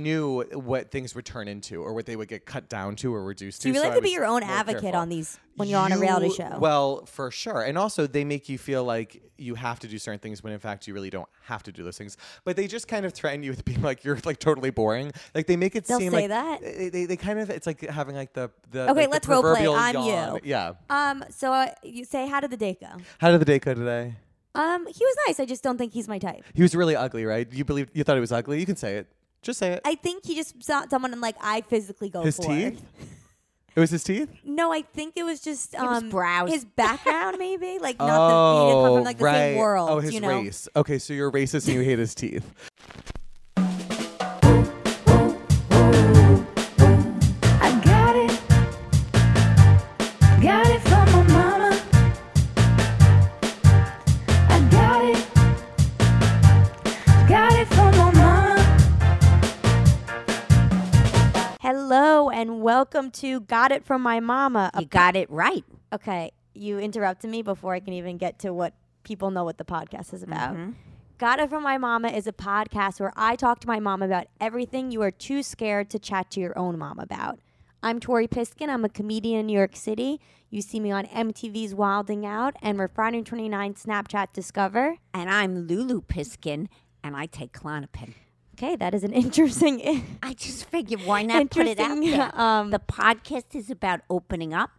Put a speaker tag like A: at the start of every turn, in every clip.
A: knew what things would turn into or what they would get cut down to or reduced
B: So you
A: to.
B: really
A: so I
B: have to be
A: was
B: your own
A: more
B: advocate
A: careful.
B: on these when you're on a reality
A: You-
B: show.
A: Well, for sure. And also, they make you feel like you have to do certain things when in fact you really don't have to do those things. But they just kind of threaten you with being like, you're like totally boring. Like they make it
B: They'll
A: seem
B: say
A: like
B: that?
A: They, they, they kind of, it's like having like the, the like,
B: Okay,
A: the
B: let's role play.
A: proverbial
B: I'm you.
A: yawn. Yeah.
B: um, so uh, you say how did the date go?
A: How did the date go today?
B: Um, he was nice. I just don't think he's my type.
A: He was really ugly, right? You believed, you thought he was ugly? You can say it. Just say it.
B: I think he just saw someone and like I physically go
A: his
B: for.
A: teeth? It was his teeth?
B: No, I think it was just um,
C: was brows.
B: his background maybe like not the he didn't
A: oh,
B: come from like the
A: right.
B: same world.
A: Oh, his
B: you know?
A: race. Okay, so you're racist and you hate his teeth.
D: I got it. Got it from my mama. I got it. Got it from my mama.
B: Hello and welcome to Got It From My Mama.
C: You got it right.
B: Okay, you interrupted me before I can even get to what people know what the podcast is about.
C: Mm-hmm.
B: Got It From My Mama is a podcast where I talk to my mom about everything you are too scared to chat to your own mom about. I'm Tori Piskin. I'm a comedian in New York City. You see me on MTV's Wilding Out and we're Friday 29 Snapchat Discover.
C: And I'm Lulu Piskin, and I take Clonopin.
B: Okay, that is an interesting.
C: I just figured why not put it out
B: Interesting,
C: there.
B: um,
C: the podcast is about opening up.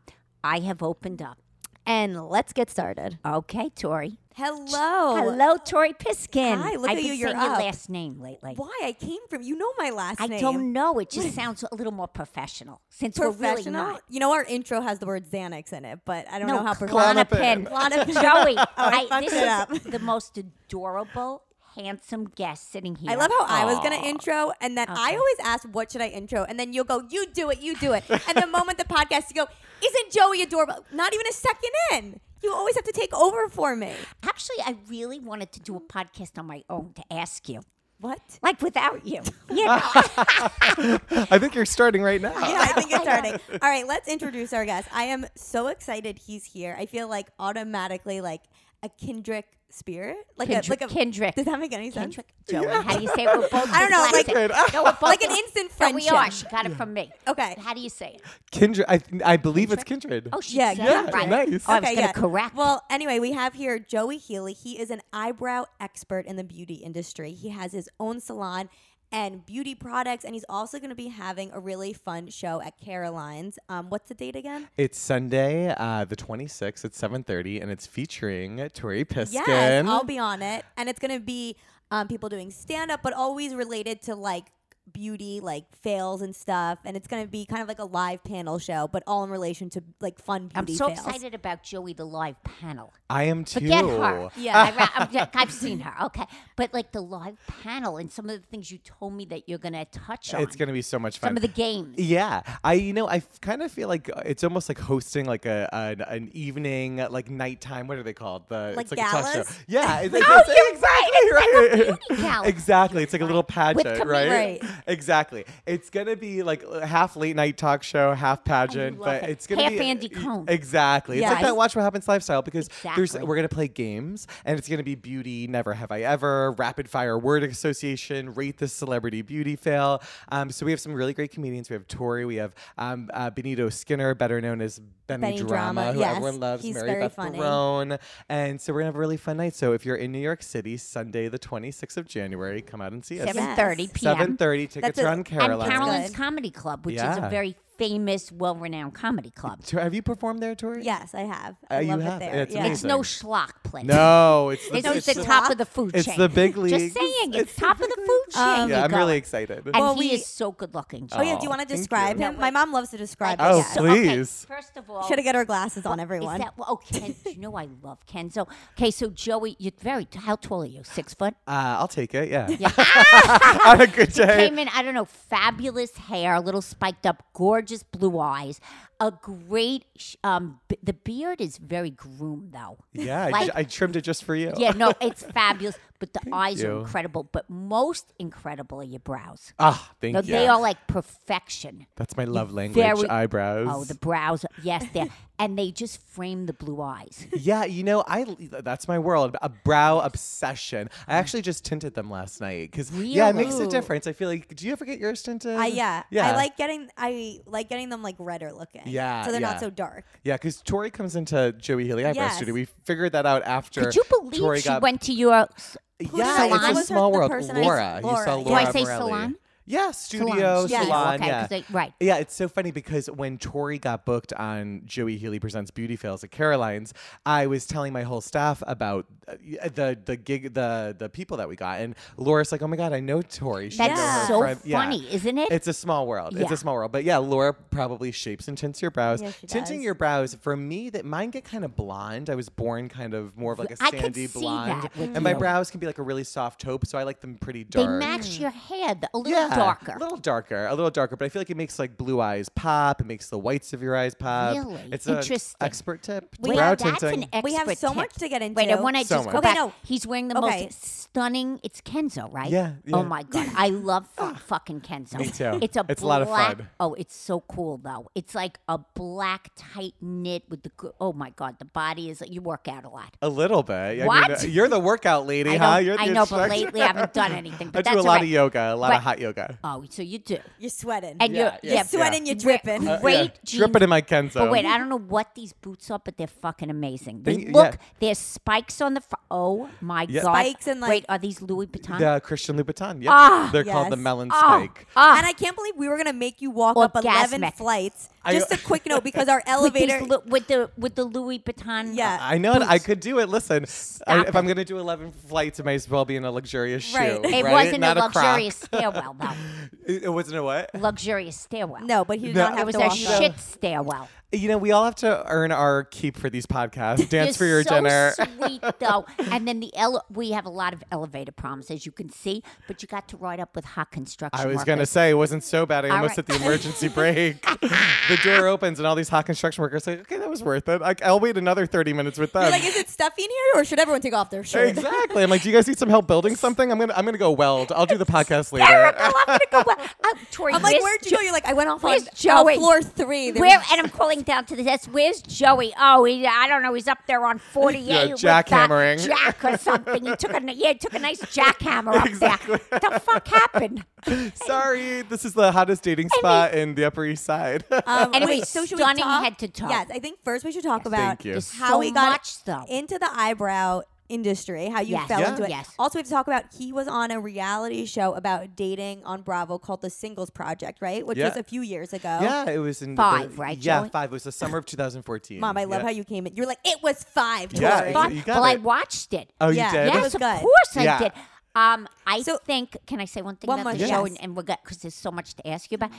C: I have opened up.
B: and let's get started.
C: Okay, Tori.
B: Hello.
C: Hello, Tori Piskin.
B: Hi, look
C: I've
B: at
C: been
B: you, you're
C: saying your
B: up.
C: last name lately.
B: Why I came from? You know my last
C: I
B: name.
C: don't know. It just sounds a little more professional since we're really
B: professional.
C: not.
B: you know, our intro has the word Xanax in it, but I don't know
C: No,
B: how professional.
C: Klonopin.
B: Klonopin.
C: Joey,
B: I
C: I,
B: fucked
C: this
B: it up.
C: is the most adorable, handsome guest sitting here.
B: I love how I was gonna intro, and then I always ask, "What should I intro?" And then you'll go, "You do it, you do it." and the moment the podcast, you go, "Isn't Joey adorable?" Not even a second in, you always have to take over for me.
C: Actually, I really wanted to do a podcast on my own to ask you,
B: What?
C: like without you. You know,
A: I think you're starting right now.
B: Yeah, I think it's starting. All right, let's introduce our guest. I am so excited he's here. I feel like automatically like a kindred spirit, like a
C: Kendrick.
B: like a
C: Kendrick.
B: Does that make any sense?
C: Kendrick, Joey, how do you say it? We're both
B: I don't know, like-
C: dyslexic. no, we're both
B: Like an instant
C: No,
B: friendship.
C: we are. She got it from me.
B: Okay.
C: How do you say it?
A: Kindred. I, I believe it's kindred.
C: Oh, she
B: Yeah,
C: said
B: yeah,
C: it right.
A: nice.
C: Oh, I was going to correct.
B: Well, anyway, we have here Joey Healy. He is an eyebrow expert in the beauty industry. He has his own salon and beauty products, and he's also going to be having a really fun show at Caroline's. Um, what's the date again?
A: It's Sunday, uh, the 26th at 7.30, and it's featuring Tori Piskin.
B: Yes, I'll be on it, and it's going to be um, people doing stand up, but always related to like beauty, like fails and stuff. And it's going to be kind of like a live panel show, but all in relation to like fun
C: I'm
B: beauty.
C: so
B: fails.
C: excited about Joey the live panel.
A: I am too.
C: Forget her.
B: Yeah.
C: I, ra- I'm- yeah, I've seen her. Okay, but like the live panel and some of the things you told me that you're going to touch on.
A: It's going to be so much fun.
C: some of the games.
A: Yeah, I you know I kind of feel like uh, it's almost like hosting like a an, an evening uh, like nighttime. What are they called? The
B: Like
A: it's like a talk
B: galas? Oh,
A: show. Yeah, it's, it's- it's- exactly right.
C: beauty gala.
A: exactly, it's like a little pageant,
C: com-
A: right?
B: Right.
A: Exactly. It's gonna be like uh, half late night talk show, half pageant,
C: love
A: but
C: it.
A: it's gonna
C: Half
A: be
C: Andy Cohen.
A: Exactly. It's like
B: Yes.
A: that Watch What Happens lifestyle because there's
C: Exactly.
A: we're gonna play games and it's gonna be beauty. Never have I ever. Rapid fire word association. Rate this celebrity beauty fail. Um, so we have some really great comedians. We have Tori. We have um, uh, Benito Skinner, better known as Benny,
B: Benny
A: Drama,
B: Drama,
A: who
B: yes.
A: everyone loves.
B: He's
A: Mary
B: very
A: Beth
B: funny.
A: Barone. And so we're gonna have a really fun night. So if you're in New York City, Sunday the 26th of January, come out and see us.
C: Seven thirty p.m.
A: 7:30. Tickets
B: That's
A: are
B: a-
A: on
B: I'm
C: and
A: Caroline.
C: Carolyn's
B: Good.
C: Comedy Club, which is
A: Yeah.
C: a very famous, well-renowned comedy club.
A: Tor- have you performed there, Tori?
B: Yes, I have.
A: Uh,
B: I
A: you
B: love
A: have.
B: it there.
A: It's
B: yeah.
A: amazing.
C: It's no schlock place.
A: No, it's the,
C: it's,
A: it's
C: the
A: the-
C: top of the food
A: it's
C: chain.
A: the big
C: Just
A: leagues.
C: saying, it's,
A: It's the
C: top of the
A: big
C: food chain.
B: Um,
C: you
A: Yeah, I'm
C: go.
A: really excited.
C: And
B: Well,
C: he
B: we-
C: is so good-looking.
B: Oh yeah,
A: Oh,
B: do you want to
A: thank you.
B: describe him?
C: No,
B: My
C: wait.
B: mom loves to describe.
A: Oh,
B: his
C: So,
B: guests.
A: please.
C: okay, first of all,
B: Should have got her glasses on everyone.
C: Is that oh Ken? you know I love Kenzo. Okay, so Joey, you're very. t- How tall are you? Six foot.
A: Uh, I'll take it. Yeah. On a good day.
C: Came in, I don't know, fabulous hair, a little spiked up, gorgeous blue eyes, a great. sh- Um, b- the beard is very groomed though.
A: Yeah, I,
C: Like-
A: ju- I trimmed it just for you.
C: Yeah, no, it's fabulous. but the eyes
A: you.
C: are incredible. But most incredible are your brows.
A: Ah, thank
C: No,
A: you.
C: they are like perfection.
A: That's my love language.
C: very-
A: eyebrows.
C: Oh, the brows. Yes, they and they just frame the blue eyes.
A: yeah, you know, I that's my world. A brow obsession. I actually just tinted them last night because yeah, it makes a
C: Mm. Really?
A: difference. I feel like. Do you ever get yours tinted?
B: I yeah.
A: Yeah.
B: I like getting I like getting them like redder looking.
A: Yeah,
B: So they're
A: yeah.
B: not so dark.
A: Yeah, because Tori comes into Joey Healy Eyebrow
B: Yes.
A: Studio. We figured that out after.
C: Could you believe
A: Tori
C: she
A: got,
C: went to your? s-
A: Yeah,
B: salon?
A: it's a
B: Was her-
A: small
B: the
A: world.
B: person I-
A: Laura, you
B: Laura,
A: saw
B: yeah.
A: Laura.
B: Do I
C: say
A: Morelli.
C: salon?
A: Yeah, studio salon.
C: Studio, okay,
A: yeah.
C: 'cause they- right.
A: Yeah, it's so funny because when Tori got booked on Joey Healy presents Beauty Fails at Caroline's, I was telling my whole staff about uh, the the gig the the people that we got, and Laura's like, "Oh my god, I know Tori. She
C: That's
A: know her
C: so
A: from-" Yeah.
C: funny, isn't it?
A: It's a small world. It's
C: Yeah.
A: a small world. But yeah, Laura probably shapes and tints your brows.
B: Yeah, she
A: Tinting
B: does.
A: your brows for me, that mine get kind of blonde. I was born kind of more of like a
C: I could
A: sandy
C: see
A: blonde,
C: that with
A: and my
C: you.
A: brows can be like a really soft taupe, so I like them pretty
C: they
A: dark.
C: match your head a little
A: yeah,
C: darker.
A: a little darker, a little darker, but I feel like it makes like blue eyes pop. It makes the whites of your eyes pop.
C: Really?
A: it's an
C: Interesting.
A: expert tip.
C: Wait,
A: brow
C: that's
A: tinting.
C: an expert
B: We have so
C: tip.
B: much to get into.
C: Wait, I want to
A: So much.
C: just go
B: Okay,
C: back.
B: no.
C: He's wearing the
B: Okay.
C: most stunning. It's Kenzo, right?
A: Yeah, yeah.
C: Oh my god, I love fu- fucking Kenzo.
A: Me too.
C: It's a
A: It's a
C: black,
A: lot of fun.
C: Oh, it's so cool though. It's like a black tight knit with the. gr- Oh my god, the body is. You work out a lot.
A: A little bit. I mean,
C: What?
A: uh, you're the workout lady,
C: I,
A: huh?
C: don't-
A: You're the
C: I know, but
A: instructor.
C: lately I haven't done anything.
A: I
C: But
A: do a
C: that's
A: lot
C: all
A: of
C: right.
A: yoga, a lot of
C: Right.
A: hot yoga.
C: Oh, so you do.
B: You're sweating.
C: And
A: Yeah,
C: you're,
A: yeah,
B: you're
A: yeah.
B: sweating, you're
C: Great-
B: dripping.
C: Uh,
A: Yeah,
C: Great jeans.
A: dripping in my Kenzo.
C: But wait, I don't know what these boots are, but they're fucking amazing. They,
A: They- yeah.
C: look, there's spikes on the front. Oh my
A: Yeah.
C: god!
B: Spikes and, like-
C: wait, are these Louis Vuitton?
A: The Christian Louboutin. Yep.
C: Ah,
A: They're called the
B: yes.
A: melon
C: Oh,
A: spike.
C: ah,
B: and I can't believe we were gonna make you walk up eleven
C: Orgasmic.
B: flights.
A: I-
B: Just a quick note because our
C: with, these
B: elevator.
C: Lu- with the with the Louis Vuitton.
B: Yeah.
A: I know it. I could do it. Listen, I, if
C: Uh, it.
A: I'm going to do 11 flights, it might as well be in a luxurious
B: Right.
A: shoe.
C: It
A: right?
C: wasn't
A: Not
C: a
A: Croc.
C: luxurious stairwell though.
A: It, it wasn't a what?
C: Luxurious stairwell.
B: no, but he did
A: No,
B: not
A: I
B: have
C: it was
B: to
C: a
B: walk up.
C: shit stairwell.
A: You know, we all have to earn our keep for these podcasts. Dance for
C: They're
A: your
C: so
A: dinner.
C: Sweet though, and then the ele- we have a lot of elevator problems as you can see, but you got to ride up with hot construction.
A: I was
C: going
A: going to say, it wasn't so bad. I almost hit
C: right.
A: the emergency brake. the door opens, and all these hot construction workers say, okay, that was worth it. I, I'll wait another 30 minutes with
B: You're
A: them.
B: like, is it stuffy in here, or should everyone take off their shirt?
A: exactly. I'm like, do you guys need some help building something? I'm going to I'm gonna go weld. I'll do the podcast later.
C: I'm gonna go. Well, uh, Tori,
B: I'm like,
C: where's
B: where'd you go? You're like, I went off on
C: Where's
B: uh,
C: Joey?
B: floor three. There
C: Where
B: was-
C: and I'm calling down to the desk. Where's Joey? Oh, he, I don't know. He's up there on 48.
A: Yeah,
C: with,
A: jackhammering.
C: uh, jack or something. He took a yeah, he took a nice jackhammer up
A: Exactly.
C: there. What the fuck happened?
A: Sorry, this is the hottest dating spot in the Upper East Side.
B: Um,
C: And it
B: wait,
C: was
B: so should we
C: stunning
B: talk?
C: head to toe.
B: Yes, I think first we should talk
A: Thank
B: about
A: you.
C: There's
B: how
C: so
B: we got
C: much, though.
B: into the eyebrow industry, how you
C: Yes.
B: fell
A: Yeah.
B: into it.
C: Yes.
B: Also, we have to talk about he was on a reality show about dating on Bravo called The Singles Project, right? Which
A: Yeah.
B: was a few years ago.
A: Yeah, it was in the-
C: Five, right,
A: Yeah,
C: Joey?
A: five. It was the summer of 2014.
B: Mom, I love
A: yeah.
B: how you came in. You're like, it was five.
A: Yeah,
B: Tori."
A: ex-
C: But-
A: you got
C: well, I
A: it.
C: watched it.
A: Oh,
B: Yeah.
A: you did.
B: It
C: yes,
B: was
C: of
B: good.
C: course
A: Yeah.
C: I did. Um, I
B: So-
C: think. Can I say one thing
B: One
C: about the
B: more
C: show?
B: thing.
C: And, and we're good because there's so much to ask you about.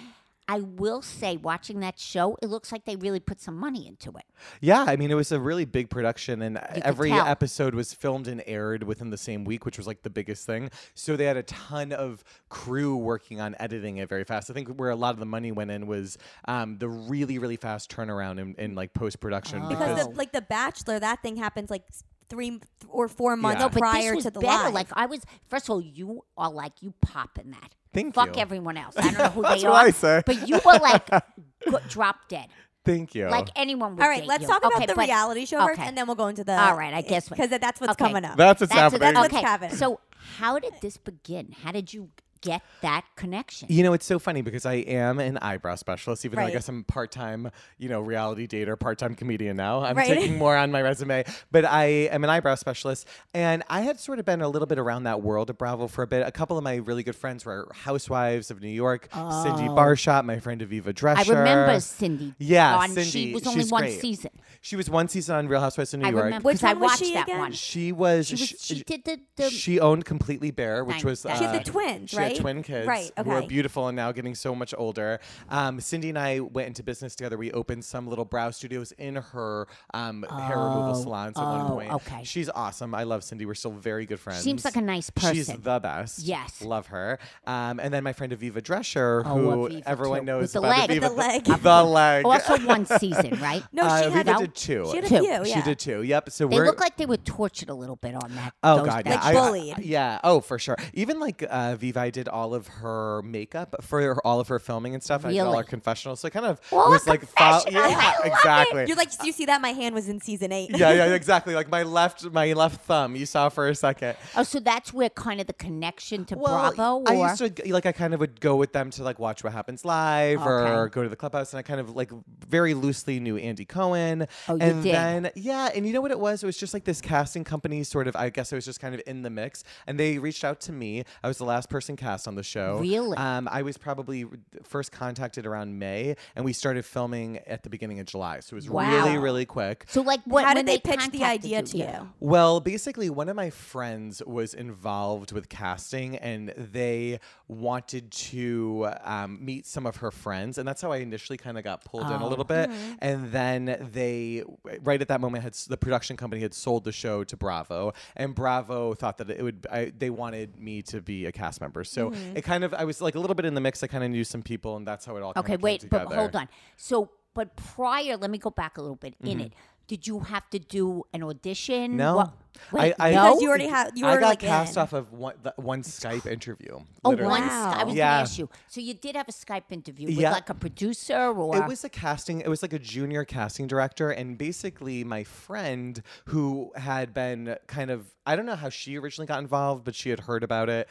C: I will say, watching that show, it looks like they really put some money into it.
A: Yeah, I mean, it was a really big production, and every
C: tell.
A: episode was filmed and aired within the same week, which was like the biggest thing. So they had a ton of crew working on editing it very fast. I think where a lot of the money went in was um, the really, really fast turnaround in, in like post production.
B: Because
C: Oh.
B: of, like The Bachelor, that thing happens like s- three th- or four months
A: No,
C: But
B: prior
C: this was
B: to the
C: better.
B: live.
C: Like I was, first of all, you are like you popping that.
A: Thank
C: Fuck
A: you.
C: everyone else. I don't know who
A: That's
C: they
A: what
C: are,
A: I say.
C: but you were like go- drop dead.
A: Thank you.
C: Like anyone would.
B: All right,
C: date
B: let's
C: you.
B: talk about
C: Okay,
B: the
C: but-
B: reality show first,
C: okay.
B: and then we'll go into the.
C: All right, I guess we-
B: because that's what's
C: okay.
B: coming up.
A: that's what's
C: That's-
A: happening.
B: that's what's
C: okay.
B: happening.
C: So how did this begin? How did you get that connection?
A: You know, it's so funny because I am an eyebrow specialist, even though I
B: Right.
A: guess I'm part time, you know, reality dater, part time comedian now. I'm
B: Right.
A: taking more on my resume, but I am an eyebrow specialist. And I had sort of been a little bit around that world of Bravo for a bit. A couple of my really good friends were housewives of New York, Cindy Barshot, my friend Aviva
C: Oh. I
A: Drescher.
C: remember Cindy.
A: Yeah,
C: on-
A: Cindy,
C: She was only
A: she's
C: one
A: great.
C: season.
A: She was one season on Real Housewives of New
C: I
A: York.
C: remember
B: Which
C: because I
B: one was
C: watched
B: she
C: that
B: again?
C: one.
A: She was.
C: She, was, she did the, the
A: she owned Completely Bare, which
C: Thank
A: was
C: God.
B: she had
A: uh,
B: the twins,
A: She
B: right?
A: had
B: right?
A: They're twin kids
B: Right,
A: who are
B: okay.
A: beautiful and now getting so much older. Um, Cindy and I went into business together. We opened some little brow studios in her um, hair removal salons at one
C: oh,
A: point.
C: okay.
A: She's awesome. I love Cindy. We're still very good friends.
C: Seems like a nice
A: She's
C: person.
A: the best.
C: Yes.
A: Love her. Um, and then my friend Aviva Drescher,
C: Oh,
A: who
C: Aviva,
A: everyone
C: too.
A: knows
C: With the
A: about
C: leg. Oh, With
A: Aviva-
B: the leg.
A: The leg.
C: Also, one season, right?
B: No,
A: Uh,
B: she had
A: Aviva
B: a-
A: did two.
B: She had a
C: Two.
B: few. Yeah.
A: She did too. Yep. So
C: They
A: we're
C: look like they were tortured a little bit on that.
A: Oh
C: those
A: god, yeah,
B: Like
C: episodes.
A: I-
B: bullied.
A: I- yeah, oh for sure. Even like uh, Vivi did all of her makeup for her- all of her filming and stuff, and I did all
C: Really?
A: her confessionals. So it kind of
C: All
A: was like, fol-
C: confessionals,
A: yeah, exactly.
B: You're like, you see that? My hand was in season eight.
A: yeah, yeah, exactly. Like my left, my left thumb. You saw for a second.
C: Oh, so that's where kind of the connection to
A: Well,
C: Bravo. Or
A: I used to like I kind of would go with them to like watch what happens live or
C: Okay.
A: go to the clubhouse, and I kind of like very loosely knew Andy Cohen.
C: Oh, you
A: and
C: did.
A: then yeah, and you know what it was? It was just like this casting company sort of. I guess I was just kind of in the mix, and they reached out to me. I was the last person cast on the show.
C: Really?
A: Um, I was probably first contacted around May, and we started filming at the beginning of July, so it was really
C: Wow.
A: really quick.
C: so like what?
B: How
C: when
B: did they, pitch the
C: contacted
B: idea to you?
C: yeah.
A: Well, basically, one of my friends was involved with casting, and they wanted to um, meet some of her friends, and that's how I initially kind of got pulled
C: Oh,
A: in a little bit. And then they, right at that moment, had s- the production company had sold the show to Bravo, and Bravo thought that it would. I, they wanted me to be a cast member, so
C: Mm-hmm.
A: it kind of I was like a little bit in the mix. I kind of knew some people, and that's how it all. kinda
C: Okay,
A: came
C: wait,
A: together.
C: but hold on. So, but prior, let me go back a little bit. In it, did you have to do an audition?
A: Mm-hmm. No.
C: What- Wait,
A: I, I,
C: no.
B: Because you already had- you
A: I
B: were,
A: got
B: like,
A: cast
B: in.
A: off of one, the, one Skype interview.
C: Oh,
A: literally.
C: one.
B: Wow.
C: Skype. I was
A: Yeah.
C: going to ask you. So you did have a Skype interview with
A: Yeah.
C: like a producer, or
A: It was a casting. It was like a junior casting director, and basically my friend who had been kind of I don't know how she originally got involved, but she had heard about it.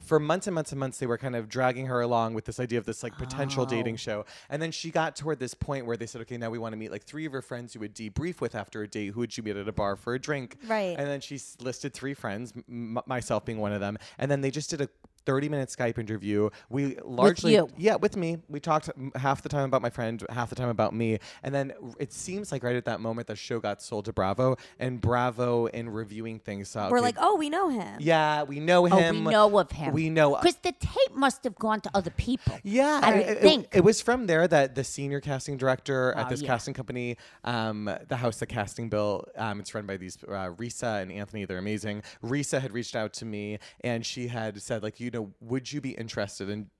A: For months and months and months, they were kind of dragging her along with this idea of this like potential dating show. And then she got toward this point where they said, okay, now we want to meet like three of her friends you would debrief with after a date. Who would you meet at a bar for a drink?
B: Right.
A: And then she s- listed three friends, m- m- myself being one of them. And then they just did a 30 minute Skype interview. We largely,
C: you.
A: yeah, with me. We talked m- half the time about my friend, half the time about me. And then r- it seems like right at that moment, the show got sold to Bravo, and Bravo, in reviewing things, saw.
B: We're
A: okay,
B: like, oh, we know him.
A: yeah, we know
C: Oh,
A: him.
C: we know of him.
A: We know.
C: because the tape must have gone to other people.
A: yeah,
C: I
A: and
C: would
A: it- it-
C: think.
A: It, was from there that the senior casting director at
C: Oh,
A: this
C: yeah.
A: casting company, um, the house that casting Bill, um, it's run by these uh, Risa and Anthony. They're amazing. Risa had reached out to me, and she had said, like, you know, would you be interested in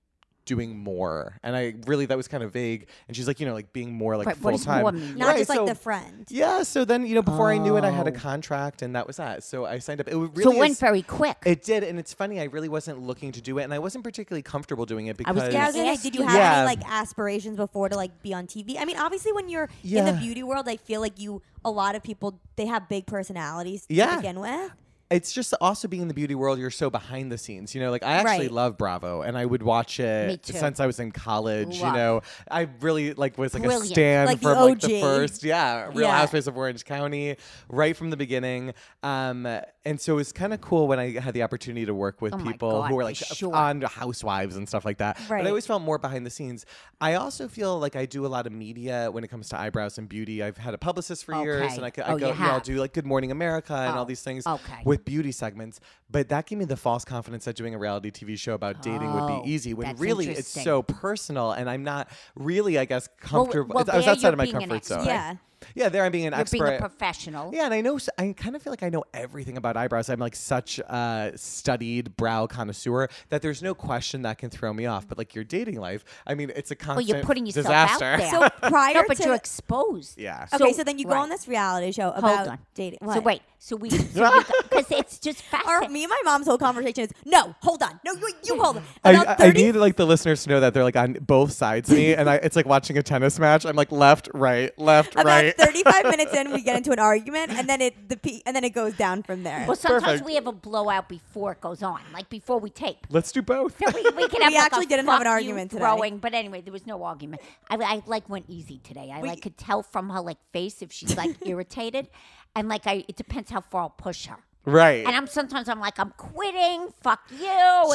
A: doing more? And I really that was kind of vague. And she's like, you know, like being more like
C: Right, what
A: full
C: does
A: time,
C: more mean?
B: Not just like the friend.
A: Yeah. So then you know, before I knew it, I had a
C: Oh.
A: contract, and that was that. So I signed up. It really
C: so it went
A: is-
C: very quick.
A: it did, and it's funny. I really wasn't looking to do it, and I wasn't particularly comfortable doing it
C: I
A: because
C: was-
B: Yeah, I was gonna
C: Ask
B: say, did
C: you.
B: you have
A: Yeah.
B: any like aspirations before to like be on TV? I mean, obviously, when you're in
A: Yeah.
B: the beauty world, I feel like you a lot of people they have big personalities to
A: Yeah.
B: begin with.
A: it's just also being in the beauty world. You're so behind the scenes, you know. Like I actually
B: Right.
A: love Bravo, and I would watch it
C: Me too.
A: since I was in college.
C: Love.
A: You know, I really like was like
C: Brilliant.
A: a stand
B: Like the
A: from like
B: OG.
A: the first, yeah, Real
B: Yeah.
A: Housewives of Orange County, right from the beginning. Um, and so it was kind of cool when I had the opportunity to work with
C: Oh my
A: people
C: God,
A: who were
C: for
A: like
C: sure.
A: on Housewives and stuff like that. But
B: Right.
A: I always felt more behind the scenes. I also feel like I do a lot of media when it comes to eyebrows and beauty. I've had a publicist for years,
C: Okay.
A: and I, c- I
C: Oh,
A: go,
C: you
A: yeah, I'll
C: have.
A: do like Good Morning America and
C: Oh,
A: all these things
C: okay.
A: with beauty segments. But that gave me the false confidence that doing a reality TV show about dating would
C: Oh,
A: be easy when
C: that's
A: really it's
C: interesting.
A: so personal and I'm not really, I guess, comfortable.
C: well,
A: I was
C: there
A: outside
C: you're
A: of my
C: being an
A: comfort zone.
C: expert.
B: Yeah.
A: Yeah, there I'm being an
C: You're
A: expert.
C: being a professional.
A: yeah, and I know s- I kind of feel like I know everything about eyebrows. I'm like such a studied brow connoisseur that there's no question that can throw me off. But like your dating life, I mean, it's a
C: Well,
A: constant
C: you're putting yourself
A: disaster.
C: out there.
B: So prior
C: no, but
B: to-
C: you're exposed.
A: Yeah.
B: Okay, so, then you go
C: right.
B: on this reality show
C: Hold
B: about
C: on.
B: dating.
C: So
B: What?
C: wait. So we because it's just
B: Our,
C: fascinating.
B: me and my mom's whole conversation is no, hold on, no, you, you hold on. About
A: I, I
B: 30
A: need like the listeners to know that they're like on both sides of me, and I, it's like watching a tennis match. I'm like left, right, left,
B: about
A: right.
B: 35 minutes in, we get into an argument, and then it the pe- and then it goes down from there.
C: Well, sometimes
A: Perfect.
C: we have a blowout before it goes on, like before we tape.
A: Let's do both.
C: So we, we can have
B: We
C: like,
B: actually
C: a
B: didn't have an
C: fuck you
B: argument today.
C: throwing, but anyway, there was no argument. I, I like went easy today. I like could tell from her like face if she's like irritated, and like I it depends how far I'll push her.
A: Right.
C: And I'm sometimes I'm like I'm quitting. Fuck you.